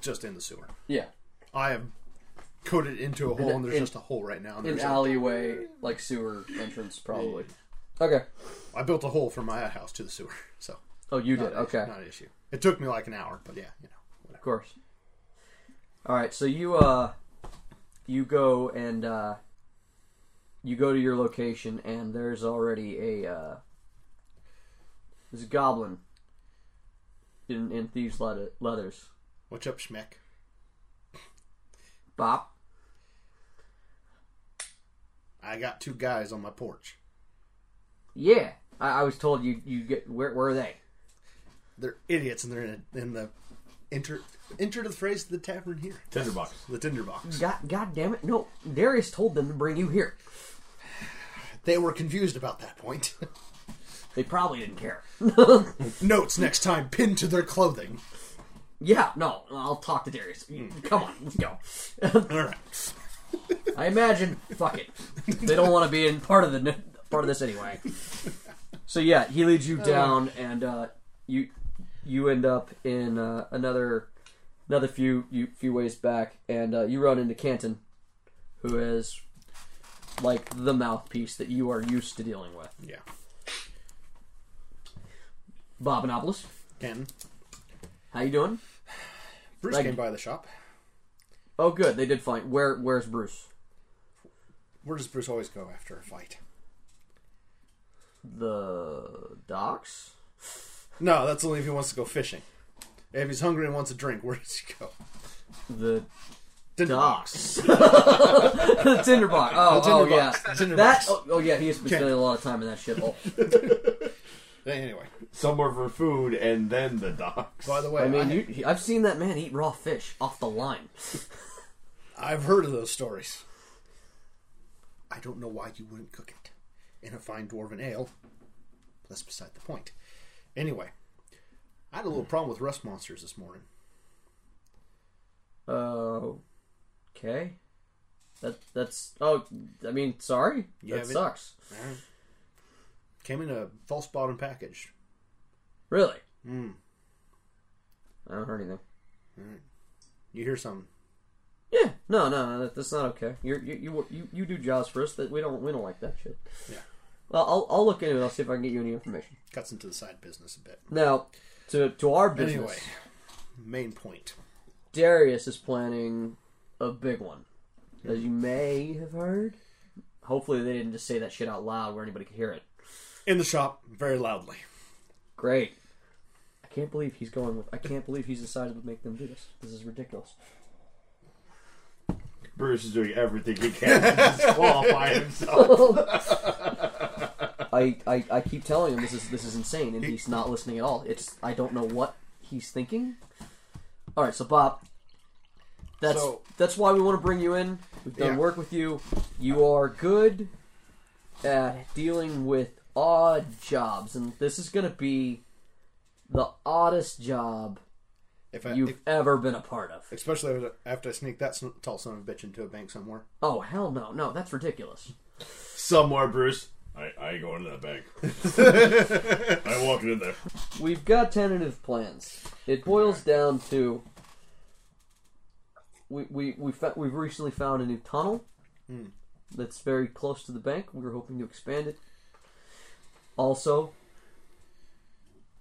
B: just in the sewer.
A: Yeah,
B: I have coded it into a hole, and there's
A: in-
B: just a hole right now. And
A: an
B: there's a-
A: alleyway like sewer entrance probably. Okay.
B: I built a hole from my outhouse to the sewer, so
A: Oh, you did.
B: not-
A: Okay.
B: not an issue. It took me like an hour, but yeah, you know,
A: Of
B: whatever.
A: course. All right, so you uh, you go and uh, you go to your location, and there's already a uh, there's a goblin in in thieves' leather, leathers.
B: What's up, Schmeck?
A: Bop.
B: I got two guys on my porch.
A: Yeah, I, I was told you you get where where are they?
B: They're idiots, and they're in, a, in the enter enter the phrase the tavern here,
C: tinderbox.
B: the tinderbox.
A: God, God damn it! No, Darius told them to bring you here.
B: They were confused about that point.
A: They probably didn't care.
B: Notes next time pinned to their clothing.
A: yeah, no, I'll talk to Darius. Come on, let's go.
B: All right.
A: I imagine. Fuck it. They don't want to be in part of the part of this anyway. So yeah, he leads you down, and uh, you you end up in uh, another another few you, few ways back, and uh, you run into Canton, who is like the mouthpiece that you are used to dealing with.
B: Yeah.
A: Bobinopoulos,
B: Ken.
A: how you doing?
B: Bruce
A: Like-
B: came by the shop.
A: Oh, good. They did fine. Where where's Bruce?
B: Where does Bruce always go after a fight?
A: The docks.
B: No, that's only if he wants to go fishing. If he's hungry and wants a drink, where does he go?
A: The
B: Dinner
A: docks. the tinderbox. Oh, oh yeah.
B: tinderbox.
A: That.
B: Tinderbox.
A: Oh, oh, yeah. He has been
B: Okay. Oh,
A: spending a lot of time in that shithole.
B: Anyway,
C: Somewhere for food and then the docks.
B: by the way,
A: I
B: I
A: mean, you, he- I've seen that man eat raw fish off the line.
B: I've heard of those stories. I don't know why you wouldn't cook it in a fine dwarven ale. That's beside the point. Anyway, I had a little problem with rust monsters this morning.
A: Uh, okay. That that's. Oh, I mean, sorry.
B: You
A: that
B: have it?
A: sucks.
B: Came in a false bottom package.
A: Really.
B: Hmm.
A: I don't heard anything.
B: You hear something?
A: Yeah. No, no, no. that- That's not okay. You're, you you you you do jobs for us. That we don't we don't like that shit.
B: Yeah.
A: Well, I'll I'll look into it. I'll see if I can get you any information.
B: Cuts into the side business a bit.
A: Now, to to our business.
B: Anyway, main point.
A: Darius is planning a big one, as you may have heard. Hopefully, they didn't just say that shit out loud where anybody could hear it.
B: In the shop, very loudly.
A: Great. I can't believe he's going with. I can't believe he's decided to make them do this. This is ridiculous.
C: Bruce is doing everything he can to disqualify himself.
A: I, I I keep telling him this is this is insane, and he's not listening at all. It's I don't know what he's thinking. All right, so Bob, that's
B: So-
A: that's why we want to bring you in. We've done
B: Yeah.
A: work with you. You are good at dealing with odd jobs, and this is going to be the oddest job
B: If I,
A: you've
B: if,
A: ever been a part
B: uh,
A: of.
B: especially after I sneak that son- tall son of a bitch into a bank somewhere.
A: Oh hell no, no, that's ridiculous.
C: Somewhere, Bruce. I, I ain't going to that bank. I walked in there.
A: We've got tentative plans. It boils down to we we we fa- we've recently found a new tunnel that's very close to the bank. We were hoping to expand it. Also,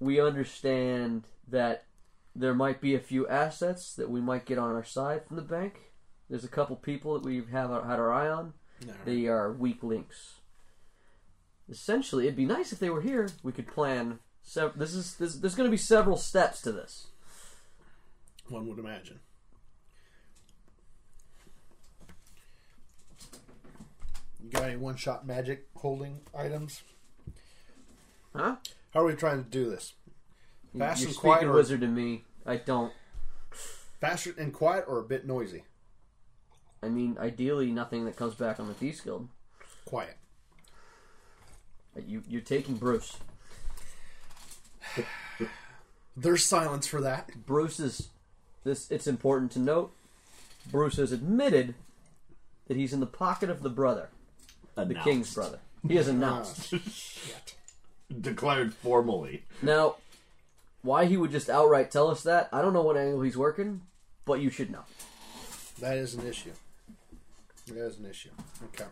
A: we understand that there might be a few assets that we might get on our side from the bank. There's a couple people that we've have our, had our eye on. They are weak links. Essentially, it'd be nice if they were here. We could plan. Sev- this is this, there's going to be several steps to this.
B: One would imagine. You got any one shot magic holding items?
A: Huh?
B: How are we trying to do this?
A: You-
B: Fast
A: You're
B: and
A: speaking
B: quiet, or
A: wizard to me. I don't.
B: faster and quiet, or a bit noisy?
A: I mean, ideally, nothing that comes back on the thieves guild.
B: Quiet.
A: But You you're taking Bruce.
B: There's silence for that.
A: Bruce is this. It's important to note. Bruce has admitted that he's in the pocket of the brother, the king's brother. He has announced.
C: Declared formally.
A: Now, why he would just outright tell us that, I don't know what angle he's working, but you should know.
B: That is an issue. That is an issue. Okay.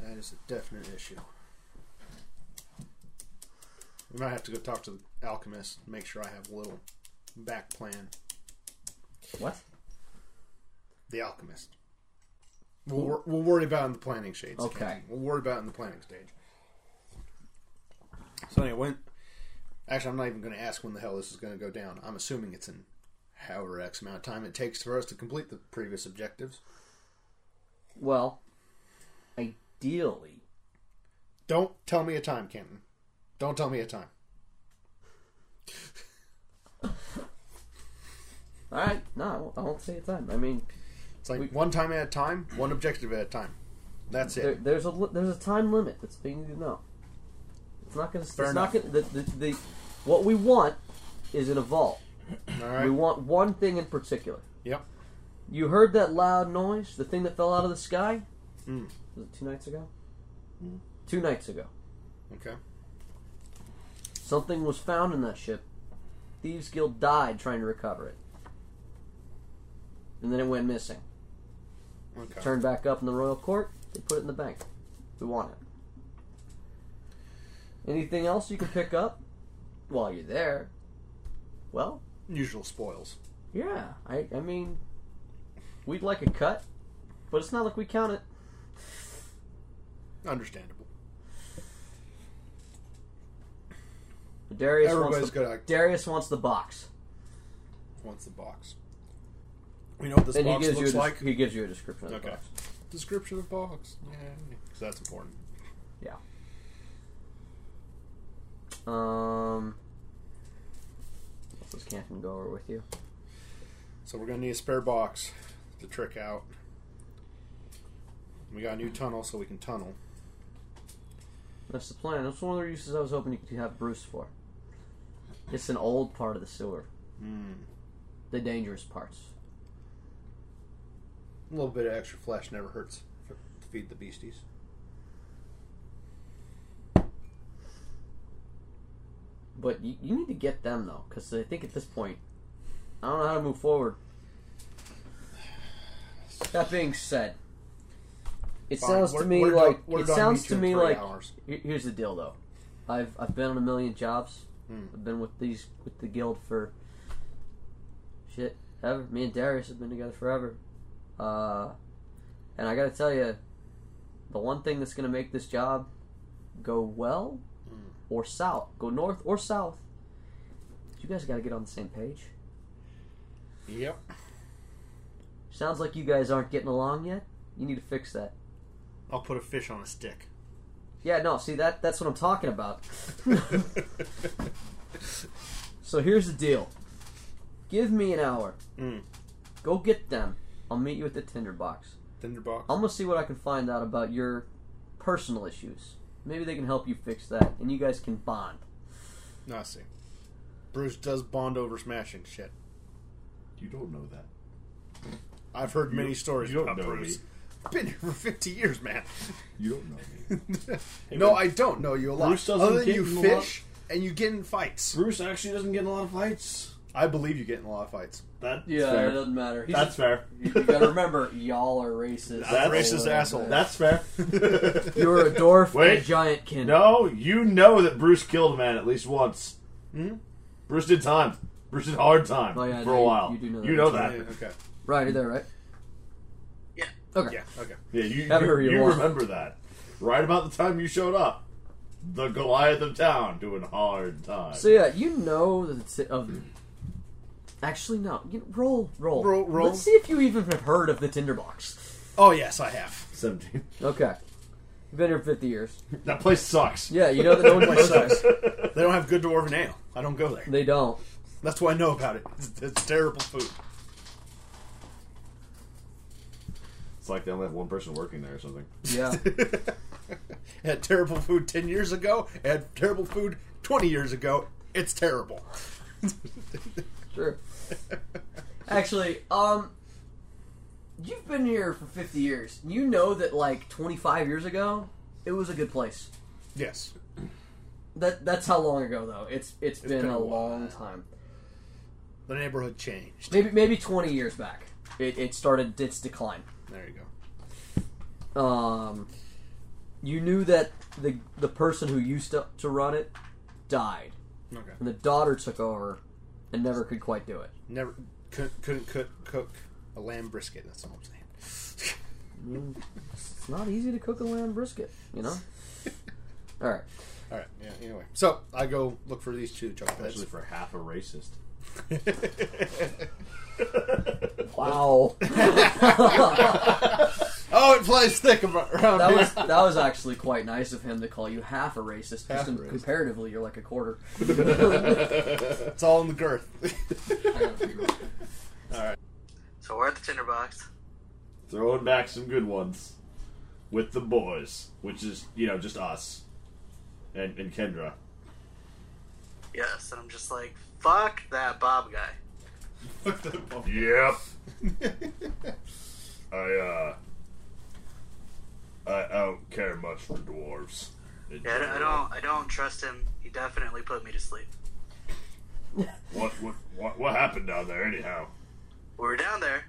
B: That is a definite issue. We might have to go talk to the alchemist and make sure I have a little back plan.
A: What?
B: The alchemist. We'll, wor- we'll worry about it in the planning shades.
A: Okay.
B: We'll worry about it in the planning stage. So anyway, when actually I'm not even going to ask when the hell this is going to go down. I'm assuming it's in however X amount of time it takes for us to complete the previous objectives.
A: Well, ideally,
B: Don't tell me a time, Canton. Don't tell me a time.
A: all right. No, I won't, I won't say a time. I mean,
B: It's like one time at a time, one objective at a time. That's
A: there,
B: it.
A: there's a li- there's a time limit. That's the thing you need to know. It's not going to. It's
B: Fair
A: not going.
B: enough.
A: The, the, the what we want is in a vault.
B: All
A: We
B: right.
A: want one thing in particular.
B: Yep.
A: You heard that loud noise, the thing that fell out of the sky.
B: Mm.
A: Was it two nights ago?
B: Hmm.
A: Two nights ago,
B: Okay.
A: something was found in that ship. Thieves Guild died trying to recover it, and then it went missing.
B: Okay.
A: Turned back up in the royal court. They put it in the bank. We want it. Anything else you can pick up while you're there? Well,
B: Usual spoils.
A: Yeah, I, I mean, we'd like a cut, but it's not like we count it.
B: Understandable.
A: Darius
B: Everybody's
A: wants the,
B: gonna
A: Darius wants the box,
B: wants the box. We know what this
A: and he
B: box
A: gives you a
B: looks
A: des-
B: like.
A: he gives you a description of the
B: Okay.
A: box.
B: Description of box. Yeah. So that's important.
A: Yeah. Um. what Does Canton go over with you?
B: So we're gonna need a spare box to trick out. We got a new tunnel, so we can tunnel.
A: That's the plan. That's one of the uses I was hoping you could have Bruce for. It's an old part of the sewer,
B: Mm.
A: the dangerous parts.
B: A little bit of extra flesh never hurts. f- To feed the beasties.
A: But you, you need to get them though, because I think at this point, I don't know how to move forward. That being said, it
B: Fine.
A: sounds to
B: Where-
A: me
B: where do-
A: like
B: where
A: it
B: do I
A: sounds
B: meet
A: to
B: you in
A: me
B: three
A: like
B: hours?
A: here- here's the deal though. I've I've been on a million jobs.
B: Hmm.
A: I've been with these with the guild for shit ever. Me and Darius have been together forever. Uh, and I gotta tell you, the one thing that's gonna make this job go well or south, go north or south, you guys gotta get on the same page.
B: Yep.
A: Sounds like you guys aren't getting along yet. You need to fix that.
B: I'll put a fish on a stick.
A: Yeah, no, see that that's what I'm talking about.
B: Hmm.
A: so here's the deal. Give me an hour.
B: Mm.
A: Go get them. I'll meet you at the tinderbox.
B: Tinderbox.
A: I'm gonna see what I can find out about your personal issues. Maybe they can help you fix that, and you guys can bond.
B: No, I see. Bruce does bond over smashing shit.
C: You don't know that.
B: I've heard
C: You-
B: many stories
C: you don't
B: about
C: know
B: Bruce.
C: me.
B: Been here for fifty years, man.
C: You don't know me.
B: no,
C: man.
B: I don't know you a lot.
C: Bruce doesn't
B: Other than
C: get
B: you
C: in a lot-
B: fish and you get in fights.
C: Bruce actually doesn't get in a lot of fights.
B: I believe you get in a lot of fights.
C: That's
A: it
C: fair.
A: doesn't matter.
C: That's fair.
A: remember, y'all are racist.
C: That's-
B: Racist asshole.
C: That's fair.
A: You're a dwarf and a
C: Wait.
A: giant kin.
C: no, you know that Bruce killed a man at least once.
B: Hmm?
C: Bruce did time. Bruce did hard time
A: Oh, yeah,
C: for
A: no,
C: a
A: you-
C: while.
A: you do know that.
C: You know
B: Yeah,
C: that.
B: okay.
A: Right, you're there, right?
D: Yeah.
A: Okay.
B: Yeah. Okay.
C: Yeah, you,
A: Have it or
C: you,
A: you
C: you
A: won't.
C: remember that. Right about the time you showed up, the Goliath of town doing hard time.
A: So yeah, you know that it's of. Actually, no. You, roll, roll,
B: Roll, roll.
A: Let's see if you even have heard of the tinderbox.
B: Oh yes, I have.
C: 17.
A: Okay, you've been here fifty years.
C: That place sucks.
A: Yeah, you know that no one
B: Place
A: goes there.
B: sucks. They don't have good dwarven ale. I don't go there.
A: They don't.
B: That's what I know about it. It's, it's terrible food.
C: It's like they only have one person working there or something.
A: Yeah,
B: It had terrible food ten years ago. It had terrible food twenty years ago. It's terrible.
A: sure. Actually, um, you've been here for fifty years. You know that like twenty-five years ago, it was a good place.
B: Yes.
A: That that's how long ago though. It's it's been,
B: been
A: a,
B: a while.
A: long time.
B: The neighborhood changed.
A: Maybe maybe twenty years back. It it started its decline.
B: There you go.
A: um, you knew that the the person who used to, to run it died,
B: Okay.
A: and the daughter took over, and never could quite do it.
B: Never couldn't, couldn't cook, cook a lamb brisket. That's all I'm saying.
A: I mean, it's not easy to cook a lamb brisket, you know. All right,
B: all right. Yeah. Anyway, so I go look for these two chocolate
C: Especially
B: heads.
C: for half a racist.
A: wow,
B: oh, it flies thick about- around
A: that
B: here.
A: was that was actually quite nice of him to call you half a racist.
B: Half
A: Just
B: a
A: in-
B: racist.
A: comparatively, you're like a quarter.
B: it's all in the girth.
D: So we're at the tinderbox.
C: Throwing back some good ones with the boys, which is, you know, just us. and, and Kendra.
D: Yes, and I'm just like, fuck that Bob guy.
B: Fuck that bump.
C: Yep. I uh I, I don't care much for dwarves. In
D: Yeah, I don't, I
C: general.
D: don't, I don't trust him. He definitely put me to sleep.
C: What what what what happened down there anyhow?
D: We were down there,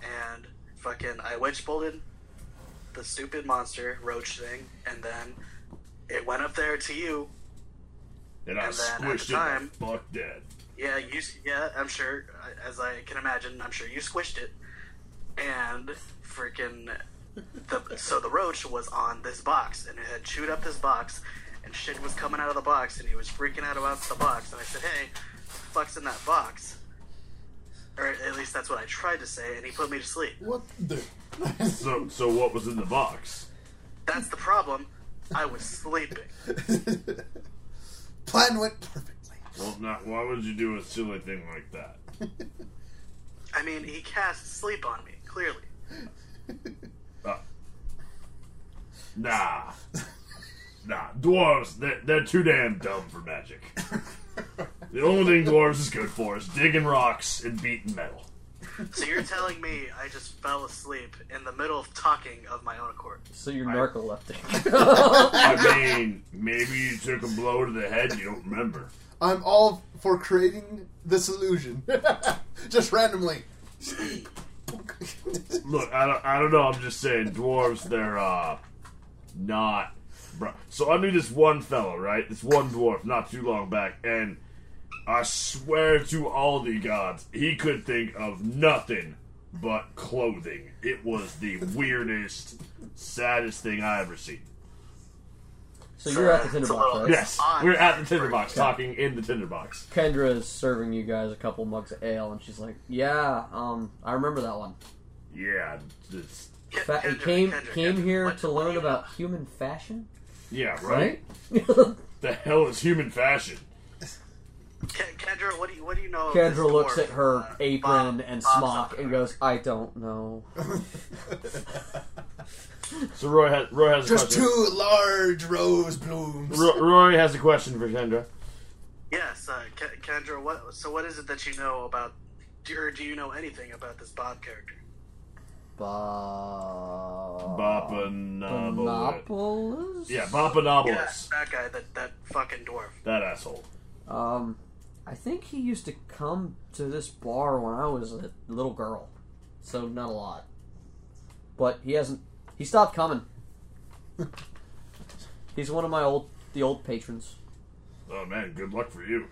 D: and fucking, I wedge bolted the stupid monster roach thing, and then it went up there to you.
C: And I
D: And then at the
C: squished
D: time-
C: him the fuck dead.
D: Yeah, you. s- Yeah, I'm sure. I- As I can imagine, I'm sure you squished it, and freaking. The, so the roach was on this box, and it had chewed up this box, and shit was coming out of the box, and he was freaking out about the box. And I said, "Hey, what the fuck's in that box?" Or at least that's what I tried to say, and he put me to sleep.
B: What the?
C: So so what was in the box?
D: That's the problem. I was sleeping.
B: Plan went perfectly.
C: Well not why would you do a silly thing like that?
D: I mean, he cast sleep on me, clearly.
C: Uh, nah. Nah, dwarves, they're, they're too damn dumb for magic. The only thing dwarves is good for is digging rocks and beating metal.
D: So you're telling me I just fell asleep in the middle of talking of my own accord?
A: So you're narcoleptic.
C: I mean, maybe you took a blow to the head and you don't remember.
B: I'm all for creating this illusion, just randomly.
C: Look, I don't, I don't know. I'm just saying, dwarves, they're uh, not. Bro. So I knew this one fellow, right? This one dwarf, not too long back, and I swear to all the gods, he could think of nothing but clothing. It was the weirdest, saddest thing I ever seen.
A: so you're at the tinderbox, right?
C: Yes, we're at the tinderbox, talking in the tinderbox.
A: Kendra is serving you guys a couple mugs of ale, and she's like, "Yeah, um, I remember that one.
C: Yeah, it's,
D: Ken-
A: Fa- he
D: Kendra,
A: came
D: Kendra,
A: came
D: Kendra,
A: here
D: what-
A: to
D: what do
A: learn
D: you
A: about
D: know?
A: human fashion,
C: yeah, right?
A: right?
C: The hell is human fashion?
D: Ken- Kendra. What do you What do you know? of this
A: Kendra looks
D: dwarf,
A: at her
D: uh,
A: apron
D: Bob-
A: and
D: Bob
A: smock
D: something?
A: and goes, "I don't know."
C: So Roy has Roy has a
B: Just
C: question.
B: two large rose blooms.
C: Ro- Roy has a question for Kendra.
D: Yes, uh, Ke- Kendra. What? So what is it that you know about? Do, or do you know anything about this Bob character?
C: uh, Bopanopolis.
A: Boppanopolis?
C: Yeah,
D: Yeah,
C: Bopanopolis.
D: that guy. That that fucking dwarf.
C: That asshole.
A: Um, I think he used to come to this bar when I was a little girl, so not a lot. But he hasn't. He stopped coming. He's one of my old the old patrons.
C: Oh man, good luck for you.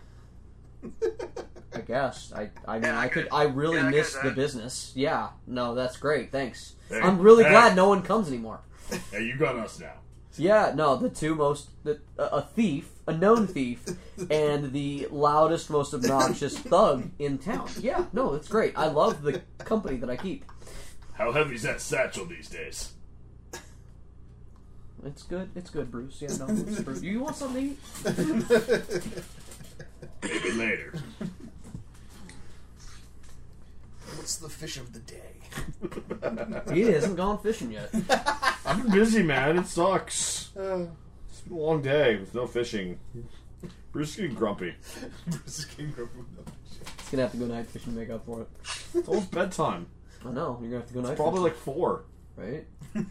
A: I guess. I I mean
D: Yeah,
A: I
D: I
A: could
D: could-
A: I really
D: yeah, I
A: miss
D: could,
A: the
D: uh,
A: business. Yeah. No, that's great. Thanks.
C: Hey,
A: I'm really
C: hey.
A: glad no one comes anymore.
C: Hey, you got us now.
A: Yeah, no, the two most the, a a thief, a known thief, and the loudest, most obnoxious thug in town. Yeah, no, it's great. I love the company that I keep.
C: How heavy's that satchel these days?
A: It's good. It's good, Bruce. Yeah, no, it's Bruce. You want something? to eat?
C: Maybe later.
B: What's the fish of the day?
A: He hasn't gone fishing yet.
C: I've been busy, man. It sucks.
B: Uh,
C: It's been a long day with no fishing. Bruce is getting grumpy.
B: Bruce King grew up with no fish.
A: He's gonna have to go night fishing to make up for it.
C: It's almost bedtime.
A: I know. You're gonna have to go night
C: Probably
A: fishing,
C: like four.
A: right?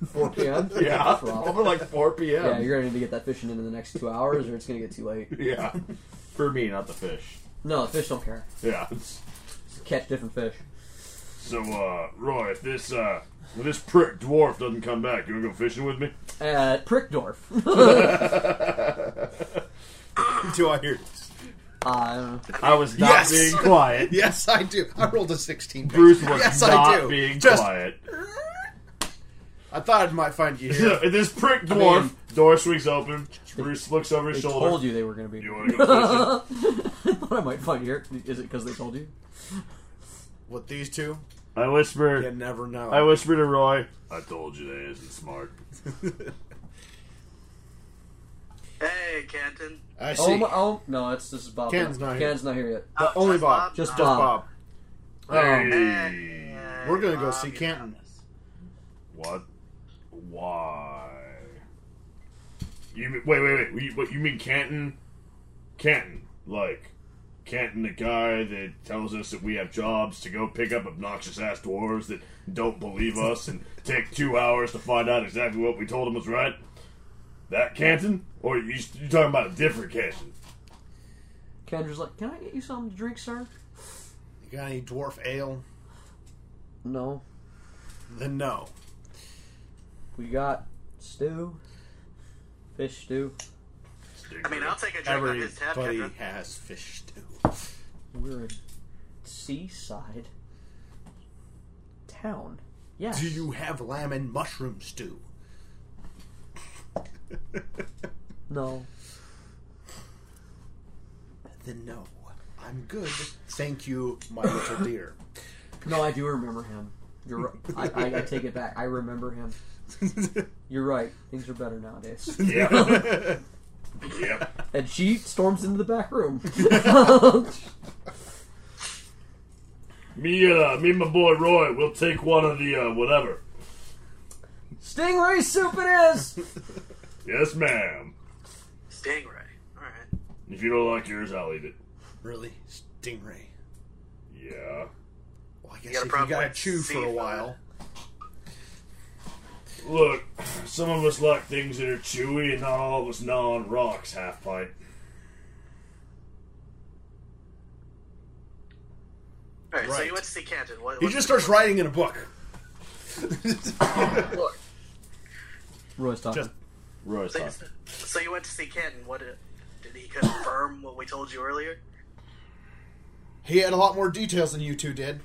A: 4 p.m.
C: Yeah,
A: That's rough.
C: probably like four p.m.
A: Yeah, you're gonna need to get that fishing in in the next two hours, or it's gonna get too late.
C: yeah. For me, not the fish.
A: No, the fish don't care.
C: Yeah. it's-
A: Catch different fish.
C: So, uh, Roy, if this uh, if this prick dwarf doesn't come back, you wanna go fishing with me?
A: At Prickdorf.
B: Do I hear this?
A: um,
C: I was not
B: Yes!
C: being quiet.
B: Yes, I do. I rolled a 16. baby.
C: Bruce was
B: yes, I
C: not
B: do.
C: being
B: Just,
C: quiet.
B: I thought I might find you here.
C: So, this prick dwarf,
A: mean-
C: door swings open. Bruce looks over
A: they
C: his
A: told
C: shoulder.
A: you they were gonna be.
C: You wanna go fishing?
A: I thought I might find here. Is it because they told you?
B: With these two,
C: I whisper.
B: you never know.
C: I whisper to Roy. I told you they isn't smart.
D: Hey, Canton.
B: I see.
A: Oh, my, oh no, it's this is Bob.
B: Ken's not here.
A: Ken's not here yet.
B: Uh, only
D: Oh, Just
B: Bob.
D: Bob?
A: Just
B: Just
A: Bob.
B: Bob. Oh,
C: Hey,
B: We're gonna go
D: Bob,
B: see
D: you
B: Canton.
D: found us.
C: what? Why? You mean- wait, wait, wait. What you- What you mean, Canton? Canton, like Canton, the guy that tells us that we have jobs to go pick up obnoxious ass dwarves that don't believe us and take two hours to find out exactly what we told them was right. That Canton, or you you talking about a different Canton?
A: Kendra's like, "Can I get you something to drink, sir?"
B: You got any dwarf ale?
A: No,
B: Then no.
A: we got stew, fish stew.
D: I mean, I'll take a drink on his tab,
B: Everybody
D: Kendra.
B: has fish stew.
A: We're in seaside town. Yes.
B: Do you have lamb and mushroom stew?
A: No.
B: Then no. I'm good. Thank you, my little dear.
A: No, I do remember him. You're right. I, I, I take it back. I remember him. You're right. Things are better nowadays.
C: Yeah. yep.
A: And she storms into the back room.
C: Me and uh, me and my boy Roy, we'll take one of the uh, whatever.
A: Stingray soup it is!
C: Yes, ma'am.
D: Stingray. All right.
C: If you don't like yours, I'll eat it.
B: really? Stingray.
C: Yeah.
B: Well, I
D: got a
B: guess if uh, you
D: problem
B: gotta
D: with
B: chew for a
D: seafood?
B: while.
C: Look, some of us like things that are chewy, and not all of us gnaw on rocks. Half pint.
D: All right, so
B: Right.
D: you went to see Canton. What,
B: He
D: what-
B: just starts writing in a book.
D: Look,
A: Roy's talking.
B: Just-
C: Roy's
D: so,
C: talking.
D: so you went to see Canton. What did, did he confirm what we told you earlier?
B: He had a lot more details than you two did.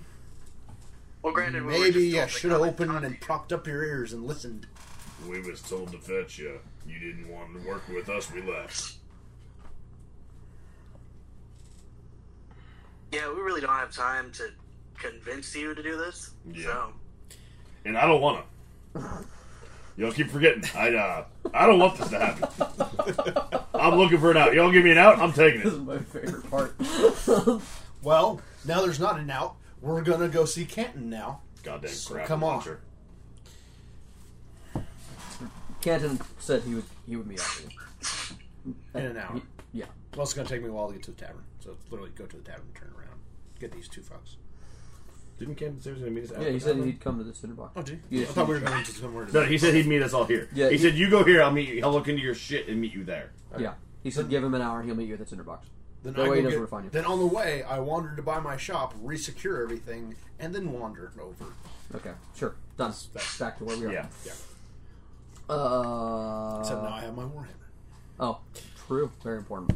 D: Well, granted, we were just
B: Maybe I
D: told to
B: should have
D: come
B: opened
D: talk
B: and
D: to you.
B: propped up your ears and listened.
C: We was told to fetch you. You didn't want to work with us. We left.
D: Yeah, we really don't have time to convince you to do this.
C: Yeah.
D: So
C: And I don't want to. Y'all keep forgetting. I uh, I don't want this to happen. I'm looking for an out. Y'all give me an out. I'm taking
A: This is
C: it.
A: my favorite part.
B: Well, now there's not an out. We're gonna go see Canton now.
C: Goddamn
B: So
C: crap!
B: come on.
C: Sure.
A: Canton said he would he would meet up with
B: In an hour.
A: him. He- yeah.
B: Well, it's gonna take me a while to get to the tavern. So it's literally go to the tavern, turn around, get these two fucks.
C: Didn't Camden say he was gonna meet us?
A: Yeah, he said he'd come to the Cinderbox.
B: Oh, dude.
A: Yeah.
B: I thought we were going to somewhere.
C: No, he said he'd meet us all here.
A: Yeah,
C: he,
A: he-
C: said, "You go here. I'll meet you. I'll look into your shit and meet you there."
A: Yeah. He said give him an hour and he'll meet you at the Cinderbox.
B: Then,
A: No,
B: I
A: he
B: go
A: knows
B: get-
A: where to find you.
B: then on the way, I wandered to buy my shop, resecure everything, and then wandered over.
A: Okay. Sure. Done. Back to where we are.
C: Yeah.
B: Yeah.
A: Uh,
B: Except now I have my warhammer.
A: Oh, true. Very important.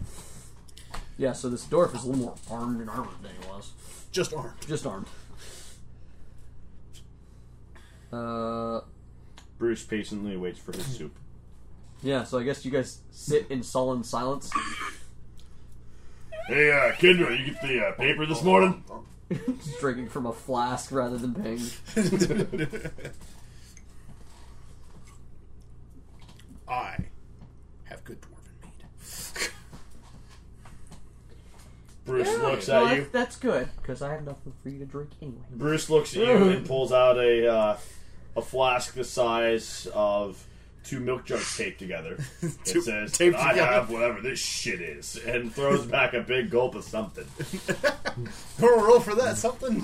A: Yeah, so this dwarf is a little more armed and armored than he was.
B: Just armed.
A: Just armed. Uh,
C: Bruce patiently waits for his soup.
A: yeah, so I guess you guys sit in sullen silence.
C: Hey, uh, Kendra, you get the uh, paper this morning?
A: Just drinking from a flask rather than paying.
B: I have good dwarven meat.
C: Bruce looks
A: No,
C: at you.
A: that- That's good, because I have nothing for you to drink anyway.
C: Bruce looks at you and pulls out a uh, a flask the size of two milk jugs taped together.
B: Two-
C: It says,
B: taped
C: "I
B: together.
C: have whatever this shit is," and throws back a big gulp of something,
B: Don't roll for that. Something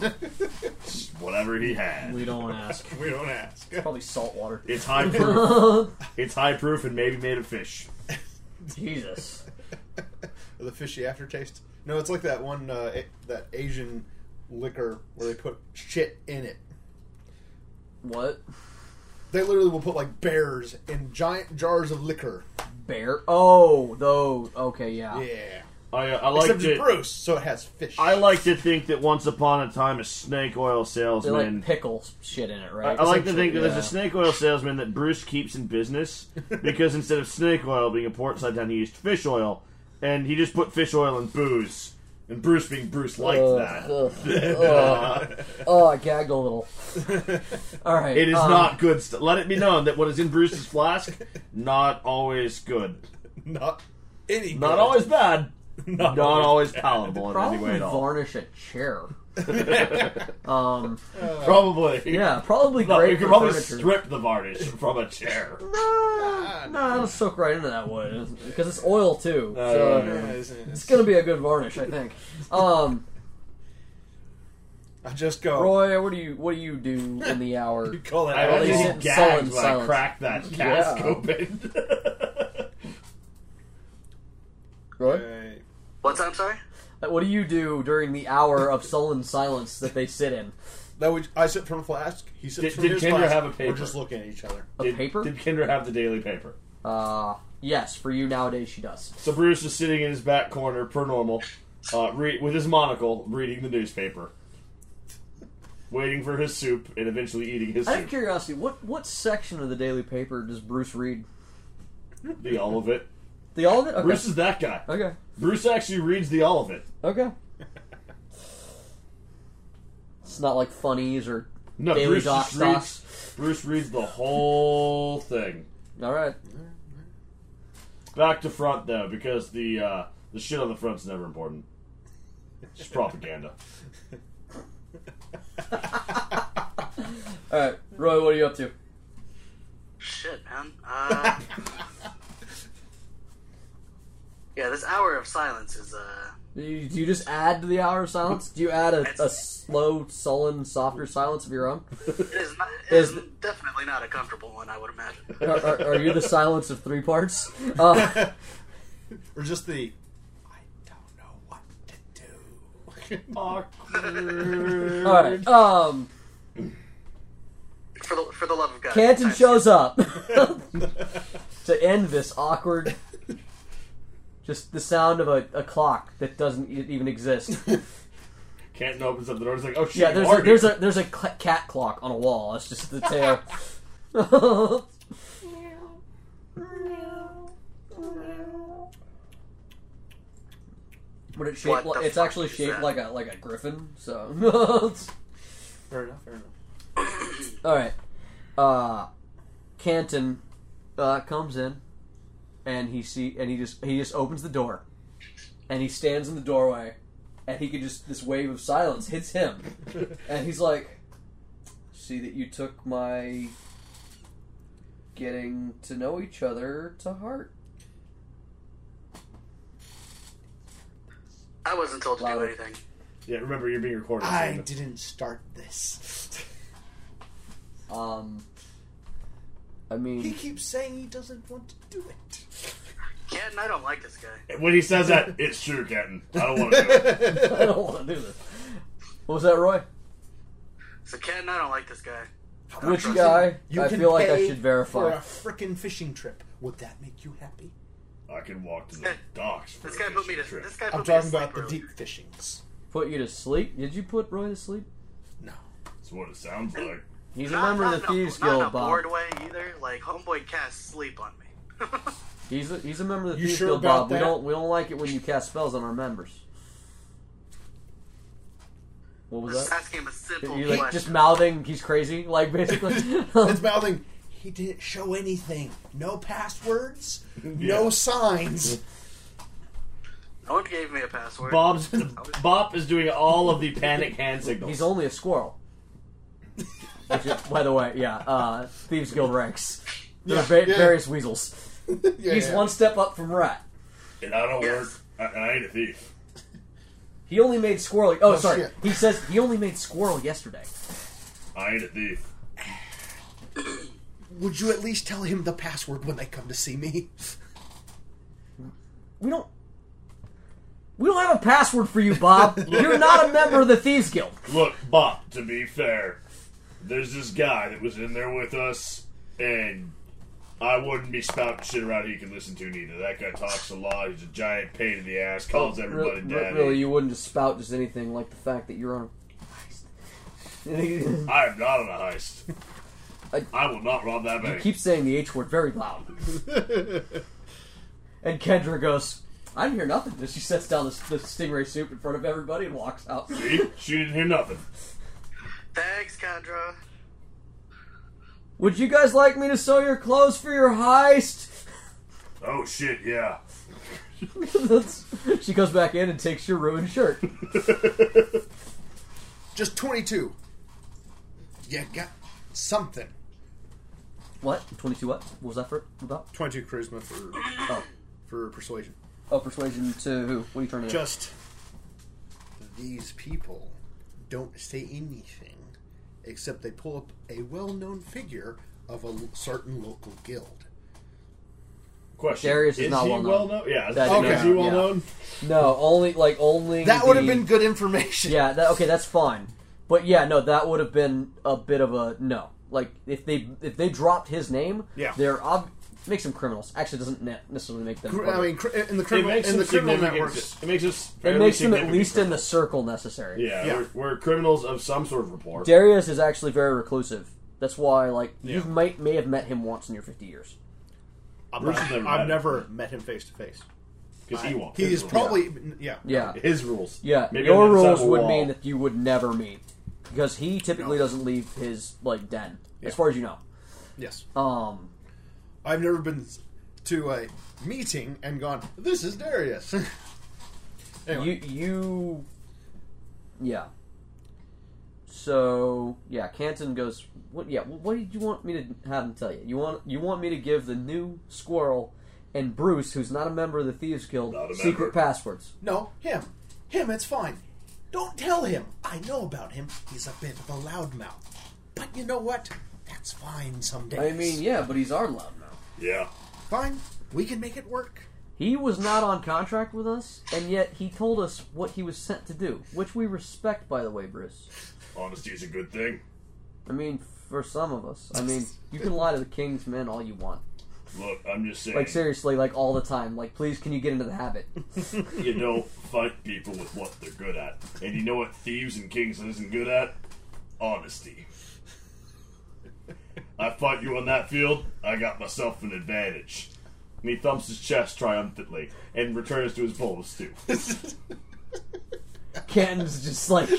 C: whatever he had.
A: We don't ask.
B: we don't ask.
A: Probably salt water.
C: It's high proof. it's high proof and maybe made of fish.
A: Jesus.
B: the fishy aftertaste. No, it's like that one uh, A- that Asian liquor where they put shit in it.
A: What?
B: They literally will put like bears in giant jars of liquor.
A: Bear? Oh, though. Okay, yeah.
B: Yeah,
C: I, uh, I
B: except
C: like
B: it's
C: to.
B: Bruce, so it has fish.
C: I like to think that once upon a time, a snake oil
A: They
C: salesman
A: like pickle shit in it,
C: I,
A: right?
C: I like to think that
A: Essentially,
C: there's a snake oil salesman that Bruce keeps in business because instead of snake oil being a port side down, he used fish oil, and he just put fish oil in booze. And Bruce, being Bruce, liked that. Uh,
A: Ugh, ugh. oh, I gagged a little. All right.
C: It is
A: um,
C: not good stuff. Let it be known that what is in Bruce's flask, not always good,
B: not any.
C: not
B: good.
C: always bad, not,
B: always
C: always palatable in any
A: Probably
C: way at all.
A: varnish a chair. Um,
C: Probably.
A: yeah, probably
C: No,
A: great.
C: you could
A: for
C: probably
A: furniture.
C: strip the varnish from a chair.
A: No, no, it'll soak right into that wood because it's oil too.
C: Uh,
A: so
C: yeah.
A: it's gonna be a good varnish, I think. Um,
B: I just go.
A: Roy, what do you what do you do in the hour?
B: You call that
C: I
A: Well,
B: out.
A: they
C: actually
A: sit in
C: gagged
A: sullen
C: when I
A: silence.
C: cracked that cask
A: Yeah.
C: open.
A: Roy,
B: Right.
D: What's that? I'm sorry.
A: what do you do during the hour of sullen silence that they sit in?
B: That we, I sit from a flask. He sits
C: Did-
B: from
C: did
B: his
C: Kendra
B: flask.
C: have a paper?
B: We're just looking at each other.
A: A
C: did,
A: paper?
C: Did Kendra have the daily paper?
A: Uh, yes, for you nowadays she does.
C: So Bruce is sitting in his back corner, per normal, uh, re- with his monocle, reading the newspaper, waiting for his soup, and eventually eating his
A: Out of
C: soup.
A: curiosity, what what section of the Daily Paper does Bruce read?
C: The all of it.
A: The all of it? Okay.
C: Bruce is that guy.
A: okay.
C: Bruce actually reads the all of it.
A: Okay. it's not like funnies or
C: No,
A: Daily
C: Bruce
A: Doc
C: just reads. Bruce reads the whole thing.
A: All right.
C: Back to front though, because the uh, the shit on the front's never important. It's just propaganda.
A: All right, Roy, what are you up to?
D: Shit, man. Uh, yeah, this hour of silence is uh.
A: Do you, do you just add to the hour of silence? Do you add a, a slow, sullen, softer silence of your own?
D: It is not. It is
A: Is-
D: definitely not a comfortable one. I would imagine.
A: Are, are, are you the silence of three parts? Uh,
B: Or just the. I don't know what to do.
C: Awkward.
A: all right. Um,
D: For the for the love of God.
A: Canton
D: time
A: shows up to end this awkward. Just the sound of a, a clock that doesn't e- even exist.
C: Canton opens up the door. It's like, oh shit,
A: Yeah, there's a,
C: Marty.
A: there's a there's a cl- cat clock on a wall. It's just the tail. but it's shaped.
D: What the
A: Like, it's
D: fuck
A: actually
D: is
A: shaped
D: that?
A: like a like a griffin. So,
B: fair enough. Fair enough.
A: all right. Uh, Canton uh, comes in, and he see and he just he just opens the door, and he stands in the doorway, and he could just this wave of silence hits him, and he's like, "See that you took my getting to know each other to heart."
D: I wasn't told to do
A: Louder.
D: anything.
C: Yeah, remember you're being recorded.
B: I
C: Sam.
B: didn't start this.
A: Um, I
B: He
A: mean,
B: keeps saying he doesn't want to do it.
D: Canton, I don't like this guy.
C: When he says that, it's true, Canton. I don't want to do it.
A: I don't want to do this. What was that, Roy?
D: So Canton, I don't like this guy.
A: Which
D: trust
A: guy?
B: You
A: I
B: can
A: feel like I
B: pay
A: should
B: For a
A: verify.
B: frickin' fishing trip. Would that make you happy?
C: I can walk to the docks. For
D: This
C: a
D: guy put me
C: fishing
D: to.
C: trip.
D: This guy put
B: I'm
D: me to
B: talking
D: sleep
B: about the
D: earlier.
B: deep fishings.
A: Put you to sleep? Did you put Roy to sleep?
B: No.
C: That's what it sounds like.
A: He's a
D: Not-
A: member of
D: not
A: the
D: in a-
A: Thieves
D: not in a
A: Guild, Bob.
D: bored way either. Like homeboy cast sleep on me.
A: He's a, he's a member of the
B: You
A: Thieves
B: sure
A: Guild,
B: about
A: Bob. We
B: that?
A: don't we don't like it when you cast spells on our members. What was
D: Just
A: that?
D: asking him a simple
A: You like
D: question.
A: just mouthing? He's crazy, like basically.
B: It's mouthing. He didn't show anything. No passwords.
C: Yeah.
B: No signs.
D: no one gave me a password.
C: Bob's Bob is doing all of the panic hand signals.
A: he's only a squirrel. Which is- by the way, yeah, uh, Thieves Guild ranks. There are
B: Yeah,
A: va-
B: yeah.
A: various weasels.
B: Yeah,
A: he's
B: yeah.
A: one step up from rat.
C: and I don't
D: Yes.
C: work. I, I ain't a thief.
A: He only made squirrel. Oh,
B: Oh,
A: sorry.
B: shit.
A: He says he only made squirrel yesterday.
C: I ain't a thief.
B: Would you at least tell him the password when they come to see me?
A: We don't. We don't have a password for you, Bob. You're not a member of the Thieves Guild.
C: Look, Bop, to be fair, there's this guy that was in there with us, and I wouldn't be spouting shit around he can listen to neither. That guy talks a lot, he's a giant pain in the ass, calls everybody
A: Really,
C: daddy.
A: really, you wouldn't just spout just anything like the fact that you're on. a heist.
C: I am not on a heist.
A: I-
C: I will not rob that
A: you
C: bank.
A: keep saying the H word very loud. and Kendra goes, "I didn't hear nothing." And she sets down this, this stingray soup in front of everybody and walks out.
C: See? She didn't hear nothing.
D: Thanks, Kendra.
A: Would you guys like me to sew your clothes for your heist?
C: Oh shit, yeah.
A: she goes back in and takes your ruined shirt.
B: Just 22. You got something.
A: What? 22 what? What was that for? About?
B: 22 charisma for
A: Oh.
B: for persuasion.
A: Oh, persuasion to who? What are you turning to?
B: Just these people don't say anything except they pull up a well-known figure of a l- certain local guild.
C: Question.
A: Darius is
C: is
A: not
C: he
A: well-known.
C: well known? Yeah,
A: That's
C: okay.
B: not-
C: is he well
A: yeah.
C: known?
A: No, only, like, only.
B: That would have
A: the-
B: been good information.
A: Yeah, that, okay, that's fine. But yeah, no, that would have been a bit of a no. Like if they if they dropped his name,
B: Yeah.
A: they're ob- makes them criminals. Actually, doesn't ne- necessarily make them.
B: Cr- I mean, cr- in the
C: It
B: criminal,
C: makes
B: in
C: him
B: the criminal
C: significant.
B: networks,
C: It makes us.
A: it makes them at least in the circle necessary.
C: Yeah,
B: Yeah.
C: We're, we're criminals of some sort of report.
A: Darius is actually very reclusive. That's why, like, you
C: Yeah.
A: might may have met him once in your fifty years.
B: I've,
C: Bruce has never met
B: I've
C: him.
B: never met him face to face.
C: Because he won't.
B: He
C: His
B: is
C: rules.
B: probably yeah.
A: Yeah,
C: his rules.
A: yeah.
C: Maybe
A: your
C: on the other side
A: rules
C: of a
A: would
C: wall.
A: mean that you would never meet because he typically
B: No.
A: doesn't leave his like den, as
B: Yeah.
A: far as you know.
B: Yes,
A: Um,
B: I've never been to a meeting and gone. This is Darius. anyway,
A: You you yeah. So yeah, Canton goes. What yeah? What did you want me to have him tell you? You want you want me to give the new squirrel and Bruce, who's not a member of the Thieves Guild,
C: Not a member.
A: secret passwords.
B: no, him, him. It's fine. Don't tell him. I know about him. He's a bit of a loudmouth. But you know what? That's fine someday.
A: I mean, yeah, but he's our loud now.
C: Yeah.
B: fine. We can make it work.
A: He was not on contract with us, and yet he told us what he was sent to do, which we respect, by the way, Bruce.
C: Honesty is a good thing.
A: I mean, for some of us, I mean, you can lie to the king's men all you want.
C: Look, I'm just saying.
A: Like seriously, like all the time. Like, please, can you get into the habit?
C: you don't fight people with what they're good at. And you know what thieves and kings isn't good at? Honesty. I fight you on that field, I got myself an advantage. And he thumps his chest triumphantly and returns to his bowl of stew.
A: Ken's just like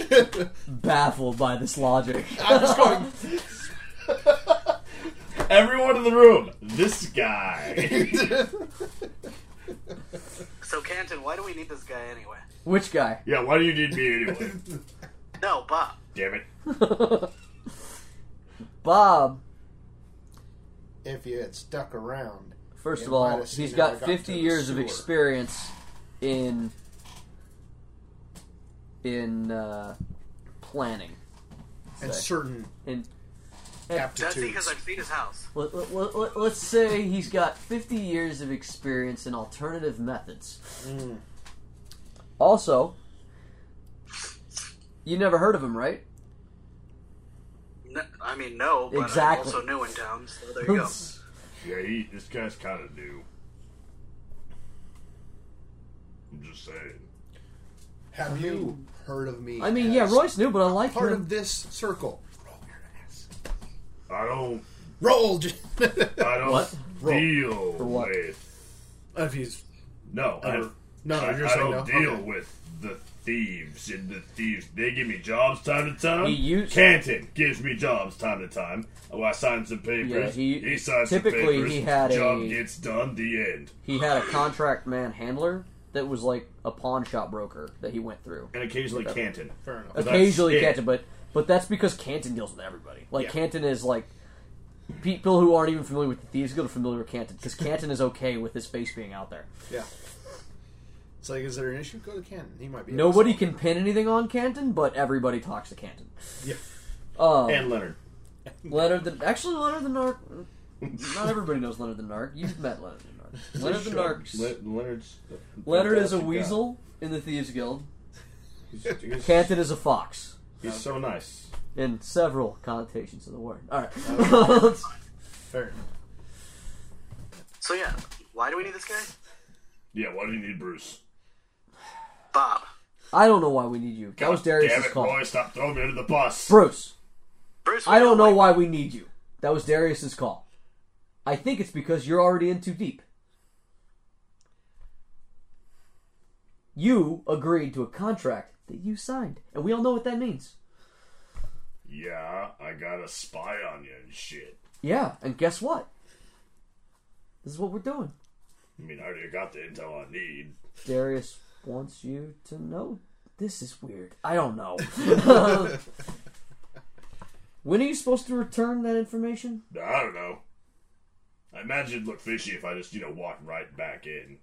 A: baffled by this logic.
B: I'm just going.
C: Everyone in the room, this guy.
D: So Canton, why do we need this guy anyway?
A: Which guy?
C: yeah, why do you need me anyway?
D: No, Bob.
C: Damn it.
A: Bob,
B: if you had stuck around,
A: first
B: Yeah,
A: of
B: might
A: all,
B: have seen
A: he's
B: him when I
A: got
B: got to
A: 50
B: the
A: years of
B: sewer.
A: experience in in uh, planning.
B: and
A: Say.
B: certain
A: And
D: That's because
B: aptitudes.
D: I've seen his house.
A: let, let, let, let's say he's got 50 years of experience in alternative methods.
B: Hmm.
A: Also, you never heard of him, right?
D: No, I mean, no, but
A: Exactly.
D: I'm also new in town, so there you go.
C: Yeah, he, this guy's kind of new. I'm just saying.
B: Have you heard of me?
A: I mean,
B: as
A: yeah, Royce knew, but I like
B: Part
A: him.
B: of this circle. Roll your ass.
C: I don't.
B: Roll. j-
C: I don't
A: What?
C: deal
A: what?
C: with
B: if he's
C: Uh, No,
B: ever.
C: I,
B: No,
C: I,
B: no, you're
C: I
B: saying
C: don't
B: no.
C: deal
B: Okay.
C: with the thieves and the thieves. They give me jobs time to time.
A: He used-
C: Canton gives me jobs time to time. Oh, I sign some papers.
A: Yeah, he-
C: signs some
A: typically
C: papers.
A: he had a-
C: job gets done. The end.
A: he had a contract man handler that was like a pawn shop broker that he went through.
C: And occasionally Canton.
B: Fair enough.
C: That's
A: Occasionally
C: it.
A: Canton, but but that's because Canton deals with everybody. Like
B: Yeah.
A: Canton is like people who aren't even familiar with the thieves guild are familiar with Canton because Canton is okay with his face being out there.
B: Yeah. It's like, is there an issue? Go to Canton. He might be. able to
A: Nobody
B: solve it.
A: can pin anything on Canton, but everybody talks to Canton.
B: Yeah.
A: Um,
C: And Leonard.
A: Leonard the actually Leonard the Narc. Not everybody knows Leonard the Narc. You've met Leonard the Narc. Leonard the Narc.
C: Le- Leonard's.
A: Leonard is a
C: fantastic guy.
A: weasel in the thieves guild.
C: He's, he's-
A: Canton is a fox.
C: he's so nice.
A: in several connotations of the word. All right.
B: Fair enough.
D: So yeah, why do we need this guy?
C: Yeah, why do you need Bruce?
D: Bob.
A: I don't know why we need you. That was
C: God
A: Darius's
C: Damn it,
A: call.
C: Roy! Stop throwing me under the bus.
A: Bruce,
D: Bruce.
A: I don't know
D: like-
A: why we need you. That was Darius's call. I think it's because you're already in too deep. You agreed to a contract that you signed, and we all know what that means.
C: Yeah, I got a spy on you and shit.
A: Yeah, and guess what? This is what we're doing.
C: I mean, I already got the intel I need.
A: Darius wants you to know this is weird. I don't know. when are you supposed to return that information?
C: I don't know. I imagine it'd look fishy if I just, you know, walked right back in.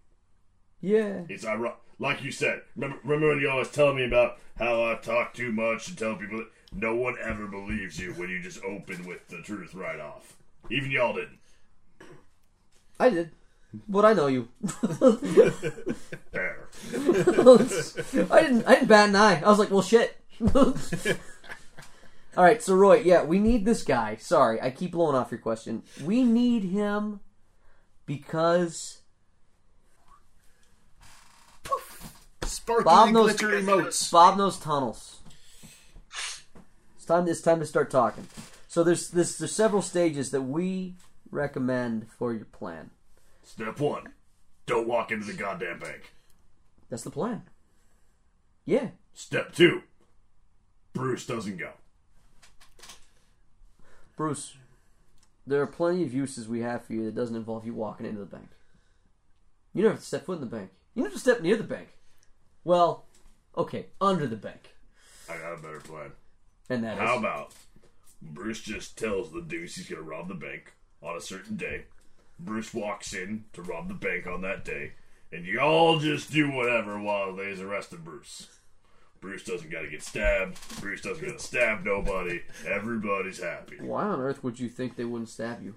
A: Yeah.
C: It's ironic. Like you said, remember, remember when you always tell me about how I talk too much and tell people that no one ever believes you when you just open with the truth right off? Even y'all didn't.
A: I did. But I know you.
C: Fair.
A: I didn't. I didn't bat an eye. I was like, well, shit. All right, so Roy, yeah, we need this guy. Sorry, I keep blowing off your question. We need him because
B: Sparkling
A: Bob knows-
B: glitter emotes.
A: Bob knows tunnels. It's time. It's time to start talking. So there's this. There's several stages that we recommend for your plan.
C: Step one don't walk into the goddamn bank.
A: That's the plan. Yeah.
C: Step two Bruce doesn't go.
A: Bruce, there are plenty of uses we have for you that doesn't involve you walking into the bank. You never have to step foot in the bank. You never have to step near the bank. Well, okay, under the bank.
C: I got a better plan.
A: And that is
C: How about Bruce just tells the deuce he's going to rob the bank on a certain day? Bruce walks in to rob the bank on that day, and y'all just do whatever while they's arresting Bruce. Bruce doesn't got to get stabbed. Bruce doesn't got to stab nobody. Everybody's happy.
A: why on earth would you think they wouldn't stab you?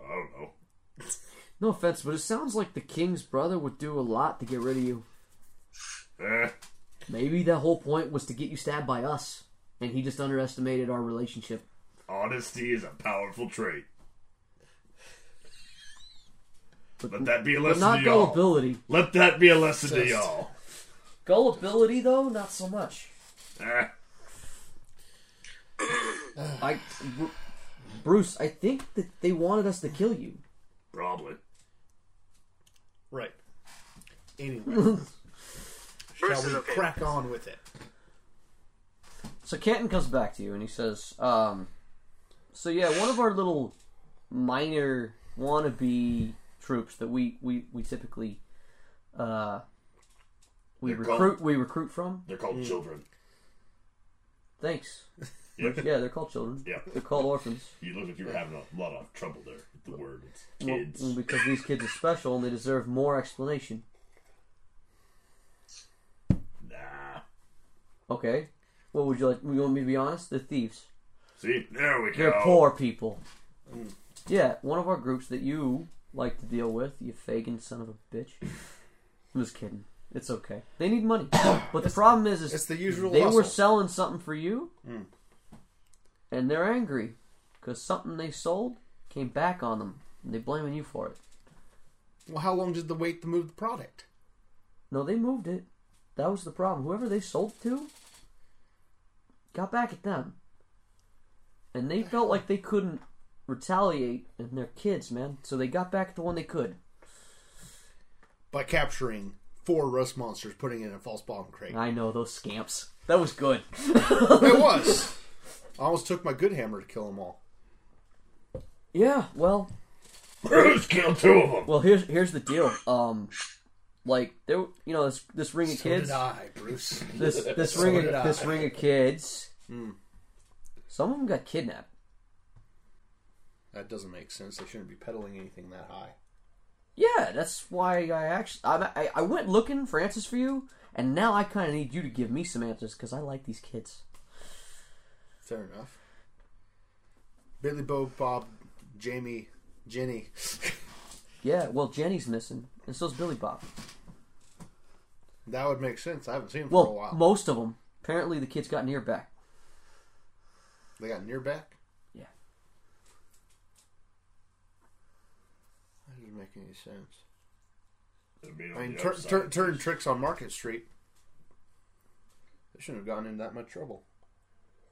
C: I don't know.
A: No offense, but it sounds like the king's brother would do a lot to get rid of you.
C: Eh,
A: Maybe the whole point was to get you stabbed by us, and he just underestimated our relationship.
C: honesty is a powerful trait. Let that be a lesson
A: Not
C: to y'all.
A: gullibility.
C: Let that be a lesson to
B: Just-
C: y'all.
A: Gullibility, though, not so much.
C: Eh,
A: I, Bru- Bruce, I think that they wanted us to kill you.
C: probably.
B: Right. Anyway, shall
D: Bruce
B: we
D: is okay.
B: crack on with it?
A: So Canton comes back to you and he says, um, "So yeah, one of our little minor wannabe troops that we we we typically uh, we
C: They're
A: recruit
C: called-
A: we recruit from.
C: They're called children.
A: Thanks.
C: Yep.
A: Yeah, they're called children.
C: Yeah.
A: They're called orphans
C: You look like you were having a lot of trouble there with the word. It's
A: Well,
C: kids.
B: mm.
A: well, because these kids are special and they deserve more explanation.
C: Nah.
A: Okay. What would you like? You want me to be honest? They're thieves.
C: See, there we go.
A: They're poor people.
B: Mm.
A: Yeah, one of our groups that you like to deal with, you fagin son of a bitch. I'm just kidding. It's okay. They need money. But the problem is, is
B: It's the usual.
A: they were
B: hustle. Mm.
A: selling something for you, and they're angry because something they sold came back on them, and they're blaming you for it.
B: Well, how long did the wait to move the product?
A: No, they moved it. That was the problem. Whoever they sold to got back at them. And they felt like they couldn't retaliate and their kids, man. So they got back at the one they could.
B: By capturing four rust monsters, putting it in a false bottom crate.
A: I know those scamps. That was good.
B: it was. I almost took my good hammer to kill them all.
A: Yeah, well,
C: Bruce killed two of them.
A: well here's here's the deal. Um like there you know this this ring of kids
B: Did I, Bruce?
A: this this ring
B: did I.
A: of, this ring of kids. Some of them got kidnapped.
B: That doesn't make sense. They shouldn't be peddling anything that high.
A: Yeah, that's why I actually I, I, I went looking Francis for you, and now I kind of need you to give me some answers because I like these kids.
B: Fair enough. Billy Bo, Bob, Jamie, Jenny.
A: Yeah, well Jenny's missing, and so's Billy Bob.
B: That would make sense. I haven't seen them for a
A: Well,
B: while.
A: most of them. Apparently, the kids got near back.
B: they got near back.
A: Yeah.
B: That doesn't make any sense.
C: It'd be on
B: I mean,
C: the
B: tur-
C: upside.
B: tur- turn tricks on Market Street. They shouldn't have gotten in that much trouble.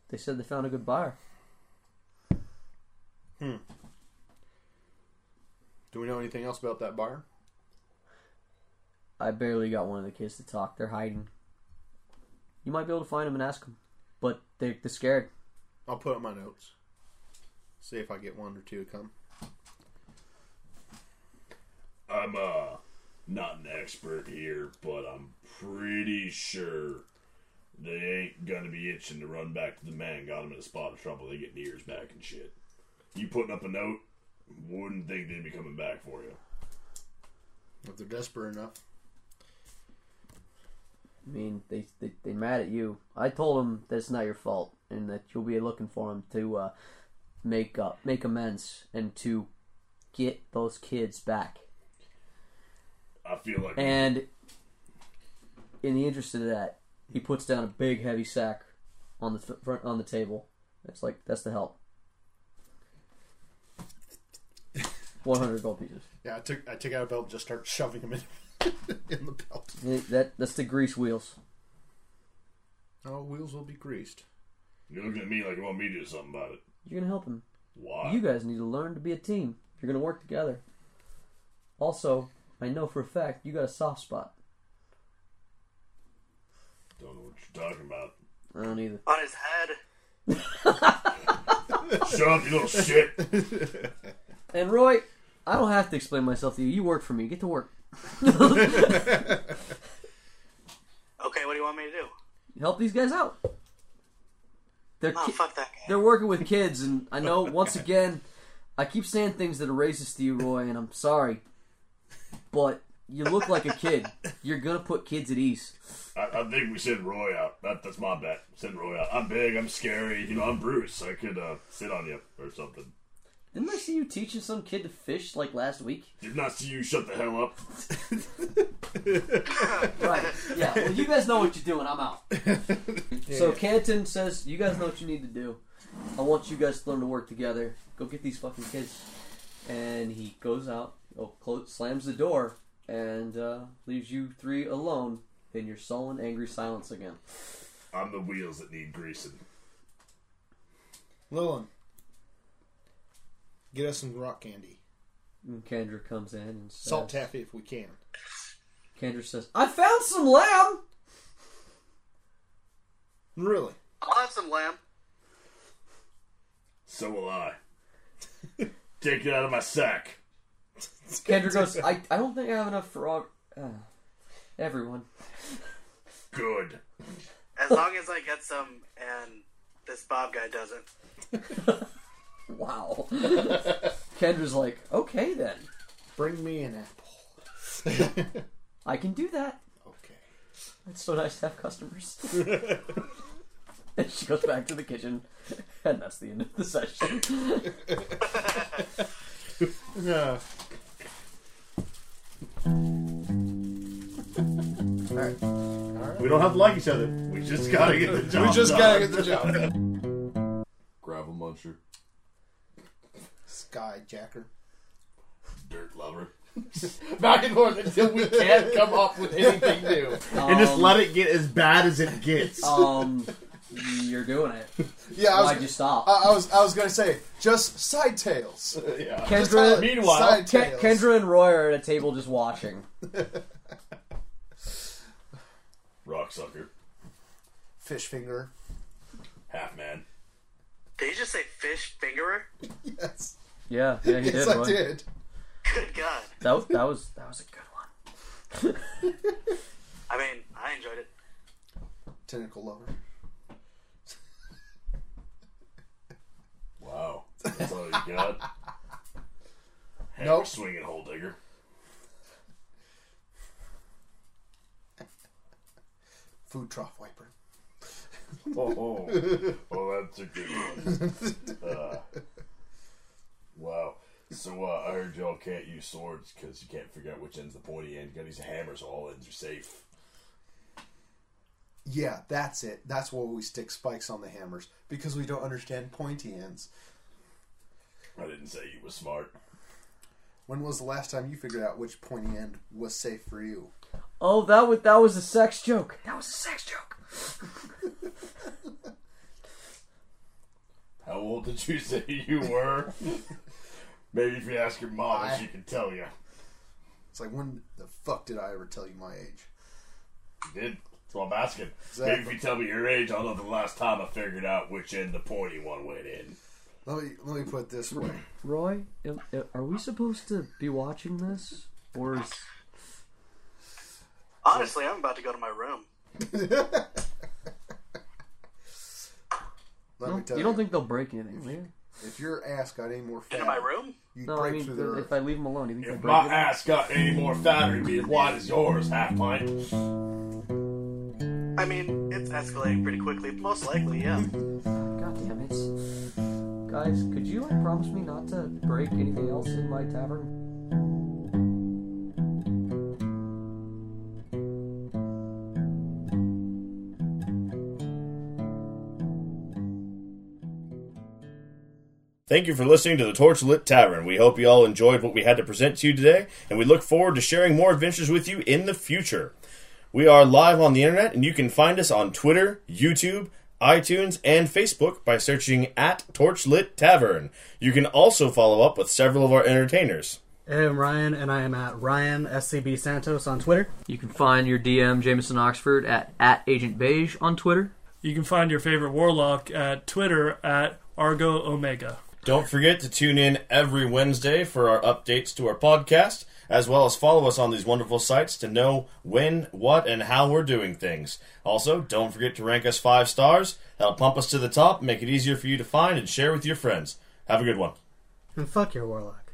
A: They said they found a good buyer.
B: Do we know anything else about that buyer?
A: I barely got one of the kids to talk. They're hiding. You might be able to find them and ask them, but they're, they're scared.
B: I'll put up my notes. See if I get one or two to come.
C: I'm uh not an expert here, but I'm pretty sure they ain't gonna be itching to run back to the man got him in a spot of trouble. They get ears back and shit. You putting up a note? Wouldn't think they'd be coming back for you.
B: If they're desperate enough.
A: I mean, they, they they mad at you. I told them that's not your fault, and that you'll be looking for them to uh, make up, make amends, and to get those kids back.
C: I feel like
A: And in the interest of that, he puts down a big heavy sack on the th- front on the table. It's like that's the help. One hundred gold pieces.
B: Yeah, I took I took out a belt and just start shoving them in in the belt.
A: Eh, That that's the grease wheels.
B: Oh, wheels will be greased.
C: you're looking at me like you want me to do something about it.
A: You're gonna help him.
C: Why?
A: You guys need to learn to be a team. You're gonna work together. Also, I know for a fact you got a soft spot.
C: Don't know what you're talking about.
A: I don't either.
D: On his head.
C: Shut up, you little shit.
A: And Roy, I don't have to explain myself to you. You work for me. Get to work.
D: Okay, what do you want me to do?
A: Help these guys out. They're
D: Oh,
A: ki-
D: fuck that guy.
A: they're working with kids, and I know once again, I keep saying things that are racist to you, Roy, and I'm sorry, but you look like a kid. You're gonna put kids at ease.
C: I, I think we send Roy out. That, that's my bet. Send Roy out. I'm big. I'm scary. You know, I'm Bruce. I could uh, sit on you or something.
A: Didn't I see you teaching some kid to fish like last week?
C: Did not see you shut the hell up.
A: Right. Yeah. Well, you guys know what you're doing. I'm out. so Canton says, "You guys know what you need to do. I want you guys to learn to work together. Go get these fucking kids." And he goes out, oh, clo- slams the door, and uh, leaves you three alone in your sullen, angry silence again.
C: I'm the wheels that need greasing.
B: Lillian, get us some rock candy,
A: And Kendra comes in and says,
B: salt taffy if we can.
A: Kendra says, "I found some lamb."
B: Really?
D: I'll have some lamb.
C: So will I. Take it out of my sack.
A: Kendra goes, "I, I don't think I have enough for all, uh, everyone."
C: Good.
D: As long as I get some and this Bob guy doesn't.
A: Wow. Kendra's like, "Okay then."
B: Bring me an apple.
A: I can do that.
B: Okay.
A: It's so nice to have customers. and she goes back to the kitchen, and that's the end of the session.
B: No.
C: We don't have to like each other. We just gotta get the job.
B: We just
C: done.
B: gotta get the job done.
C: gravel muncher,
B: Skyjacker.
C: dirt lover.
E: back and forth until we can't come up with anything new.
C: and just let it get as bad as it gets.
A: Um, you're doing it.
B: Yeah, I was, uh,
A: Why'd you stop?
B: I, I was I was gonna say just side tails.
E: yeah.
A: Kendra,
E: Meanwhile,
B: side
A: Ke-
B: tails.
A: Kendra and Roy are at a table just watching.
C: Rock sucker,
B: fish finger.
C: half man.
D: Did he just say fish fingerer?
B: Yes,
A: Yeah, yeah, he
B: yes,
A: did.
B: I
A: Roy.
B: did.
D: Good God.
A: That was that was that was a good one.
D: I mean, I enjoyed it.
B: Tentacle lover.
C: Wow, that's all you got. Hammer
B: Nope.
C: swinging hole digger.
B: Food trough wiper.
C: Oh, oh. oh that's a good one. Uh, wow. So uh, I heard y'all can't use swords because you can't figure out which end's the pointy end. You gotta use a hammer, so all ends are safe.
B: Yeah, that's it. That's why we stick spikes on the hammers because we don't understand pointy ends.
C: I didn't say you was smart.
B: When was the last time you figured out which pointy end was safe for you?
A: Oh, that was that was a sex joke. That was a sex joke.
C: How old did you say you were? Maybe if you ask your mom,
B: I-
C: she can tell you.
B: It's like when the fuck did I ever tell you my age?
C: You did. That's what I'm asking. Maybe if
B: Exactly.
C: you tell me your age, I'll know the last time I figured out which end the pointy one went in.
B: Let me let me put it this way.
A: uh, Roy, am- am- are we supposed to be watching this, or is
D: Honestly, I'm about to go to my room.
F: Let me
A: Don't-
F: tell
A: you
F: you,
A: don't think they'll break anything, do you?
F: if your ass got any more fat,
D: Into my room?
F: you'd
A: No, I
F: break
A: mean,
F: through the earth.
A: if I leave them alone, you think they'll
C: If
A: break
C: my
A: it?
C: ass got any more fatter, it'd be as wide as yours, half pint.
D: I mean, it's escalating pretty quickly. Most likely, yeah.
A: God damn it. Guys, could you like promise me not to break anything else in my tavern?
C: Thank you for listening to the Torch Lit Tavern. We hope you all enjoyed what we had to present to you today, and we look forward to sharing more adventures with you in the future. We are live on the internet, and you can find us on Twitter, YouTube, iTunes, and Facebook by searching at Torchlit Tavern. You can also follow up with several of our entertainers.
G: I am Ryan, and I am at Ryan SCB Santos on Twitter.
A: You can find your DM, Jameson Oxford, at, at Agent Beige on Twitter.
H: You can find your favorite warlock at Twitter at Argo Omega.
C: Don't forget to tune in every Wednesday for our updates to our podcast, as well as follow us on these wonderful sites to know when, what, and how we're doing things. Also, don't forget to rank us five stars. That'll pump us to the top, make it easier for you to find and share with your friends. Have a good one.
G: And fuck your warlock.